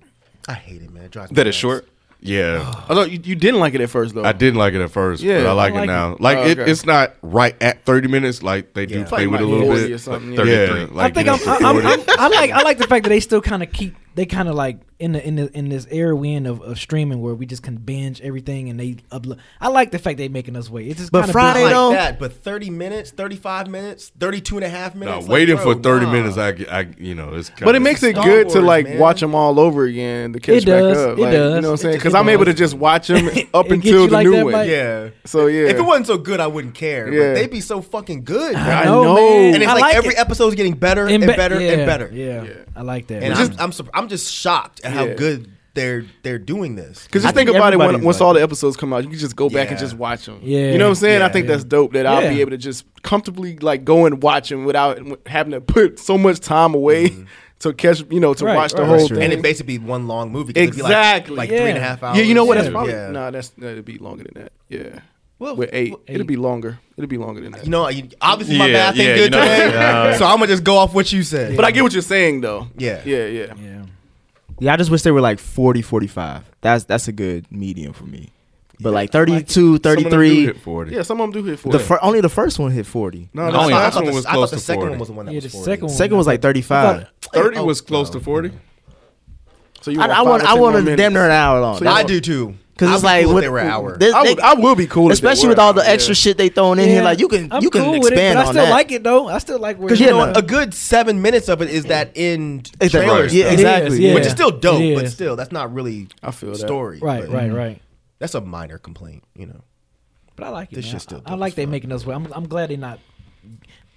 I hate it, man. It drives me That is nuts. short. Yeah. Although you, you didn't like it at first though. I didn't like it at first, Oh. Yeah, but I like I like it now. it. Like Oh, it, okay. it's not right at thirty minutes. Like they do Yeah. play with it a like little 40 bit. or something, Like, yeah. yeah, I like think you I'm, know, I'm, I'm, 40. I'm, I like I like the fact that they still kind of keep they kind of like in the in the in this era we in of, of streaming where we just can binge everything and they upload. I like the fact they making us wait. It's just But kinda Friday, though- built- like that, but 30 minutes, 35 minutes, 32 and a half No, minutes. like, waiting bro, for thirty nah. minutes, I, get- I you know it's. Kinda, But it makes it Star good to Wars, like man. watch them all over again to does, catch back up. it like, You does. know what I'm saying? It Because I'm does. able to just watch them up It gets until you the like new that, one. Mike? Yeah. So yeah, If it wasn't so good, I wouldn't care. Yeah. But they'd be so fucking good. I I know. know, And man. And it's I like, like every it. episode's getting better and, And be- better yeah, and better. Yeah, I like that. And man. I'm, I'm, sur- I'm just shocked at how Yeah. good they're they're doing this. Because I just think, think about it when, everybody's once like all the episodes come out, you can just go back and Yeah. just watch them. Yeah. You know what I'm saying? I Yeah. think that's dope that I'll be Yeah. able to just comfortably like go and watch them without having to put so much time away Mm-hmm. to catch, you know, to Right, watch the right. whole That's thing. true. and it'd basically be one long movie. 'cause it'd be like- Exactly. Like, three and a Yeah. half hours. yeah, you know what? That's Yeah. probably Yeah. nah. That's that'd be longer than that. Yeah. Well, With eight, well, it'll be longer. It'll be longer than that. You know, you- obviously my Yeah, math ain't yeah, good you know, today, yeah. so I'm gonna just go off what you said. but I get what you're saying though. Yeah. Yeah. Yeah. yeah. Yeah, I just wish they were like 40, 45. That's that's a good medium for me. But like 32, Some of them do 33. hit forty. Yeah. Some of them do hit for The fir- only the first one hit 40. No, I the thought- I last thought one the- was I thought close the to second one forty. was the one that yeah, was the 40. second one. Second was like 35. Thirty was close to forty. So you I, I five want or I 10 more wanted minutes. damn near an hour long. So you Oh, I do too. Because it's I would like cool if what, they were an hour. they- I would. they- I will be cool, if they especially were with all an the hour, yeah. extra shit they throwing in here. Yeah. Like you can I'm you can cool with it, expand but on I still that. like it though. I still like where Because you it's know going. what? A good seven minutes of it is that end It's that- trailer, right. stuff, Yeah, exactly. It is, which yeah. is still dope, It but is. still that's not really I feel that. story. right, but right, right. That's a minor complaint, you know. But I like it. This man. shit's still I, I dope like as they fuck. making us wait. I'm, I'm glad they not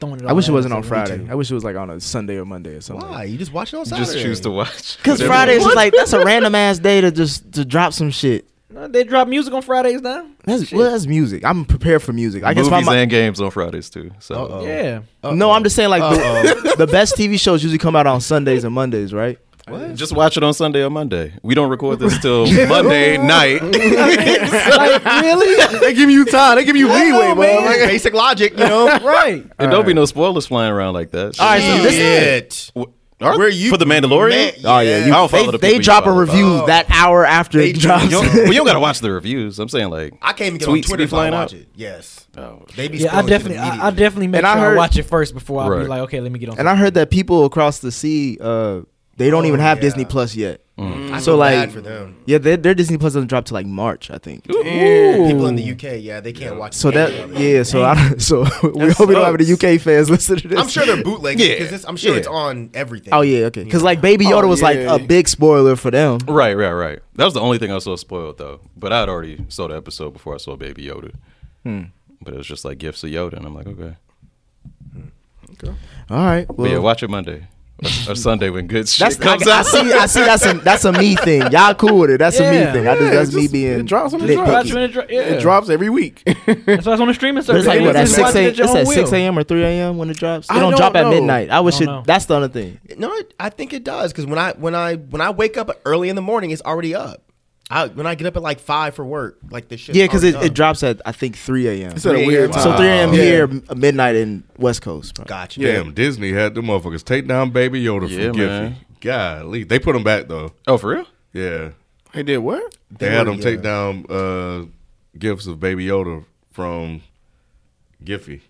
throwing it. I wish it all wasn't at on us. Friday. I wish it was like on a Sunday or Monday or something. Why? You just watch it on Saturday. Just choose to watch. Because whatever. Fridays is like that's a random ass day to just to drop some shit. No, Uh, They drop music on Fridays now. That's well, that's music. I'm prepared for music. I guess my Movies mi- and games on Fridays too. So Yeah. no, I'm just saying like the, the best TV shows usually come out on Sundays and Mondays, right? Just watch it on Sunday or Monday. We don't record this till Monday night. like really? They give you time. They give you leeway, know, bro. man. Like, Basic logic, you know. right. and don't be no spoilers flying around like that. All right, so this Shit. W- Are- Where you- for the Mandalorian? Man- Oh, yeah, I you- don't follow They, the they people you drop a follow, review Oh. though. that hour after it You drops. don't, well, you don't gotta watch the reviews. I'm saying like I can't even get tweets on Twitter be if I flying watch out. it. Yes, Oh, they be Yeah, I scrolling definitely, through the I, I definitely make And I sure I, heard- watch it first before I be Right. like, okay, let me get on. And I heard that people across the sea, uh, they don't Oh, even have Disney Plus yet. Mm. I So feel like, bad for them. yeah, their, their Disney Plus doesn't drop till like March, I think. People in the UK, yeah, they can't watch. So any that of it. yeah, so I don't- so we hope we don't have any UK fans listen to this. I'm sure they're bootlegging Yeah. because I'm sure it's on everything. Oh yeah, okay. Because like Baby Yoda Oh, was like yeah. a big spoiler for them. Right, right, right. That was the only thing I saw spoiled though. But I'd already saw the episode before I saw Baby Yoda. Hmm. But it was just like gifts of Yoda, and I'm like, okay. All right, But yeah, well, watch it Monday or, or Sunday when good shit that's I, comes I out. see. I see. That's a that's a me thing. Y'all cool with it? That's a me Yeah. thing. I just, that's It me just- being It drops when it nitpicky. drops. Watch when it dro- yeah. It drops every week. I That's why it's on the streaming But service. it's like You what at just six watch it a, your it's own at will. six a.m. or three a.m. when it drops. It I don't, don't drop at know. midnight. I wish I it. don't know. That's the other thing. No, I- I think it does because when I when I when I wake up early in the morning, it's already up. I when I get up at like five for work, like this shit. Yeah, because it, it drops at I think three a.m. It's at a weird time. So three a.m. Yeah. here, m- midnight in West Coast. Bro. Gotcha. Damn, Disney had the motherfuckers take down Baby Yoda Yeah, from Giffy. man. Golly, they put him back though. oh, for real? Yeah, They did what? they, had them take down uh, gifts of Baby Yoda from Giffy.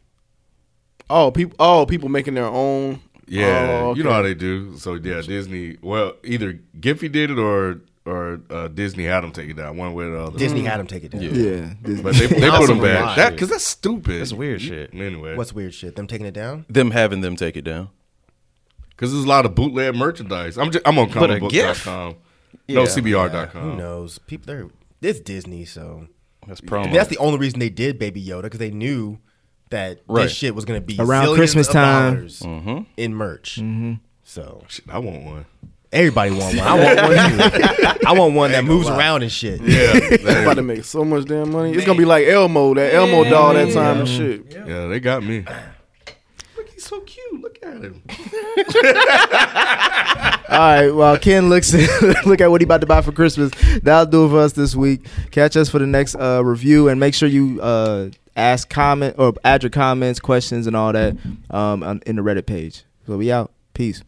Oh, people. Oh, people making their own. Yeah, Oh, okay. you know how they do. So yeah, Disney. Well, either Giffy did it or or uh, Disney had them take it down one way or the other. Disney had him take it down. Yeah, Disney. but they, they That's put some them back. wild That shit. because that's stupid. That's weird Mm-hmm. shit. Anyway, What's weird shit? Them taking it down? Them having them take it down. because there's a lot of bootleg merchandise. I'm just I'm on But a comicbook.com. No, Yeah. Who CBR.com. knows? People, they're it's Disney, so That's promo. that's the only reason they did Baby Yoda because they knew that Right. this shit was gonna be Around zillions Christmas of time. Mm-hmm. dollars in merch. So Shit, I want one. everybody want one. I want one. Too. I want one that moves around and shit. Yeah, They about to they, make so much damn money. It's gonna be like Elmo, that Elmo doll that time and shit. yeah, they got me. Look, he's so cute. Look at him. All right, well, Ken looks look at what he about to buy for Christmas. That'll do it for us this week. Catch us for the next uh, review, and make sure you uh, ask comment or add your comments, questions, and all that um, on, in the Reddit page. So we out. Peace.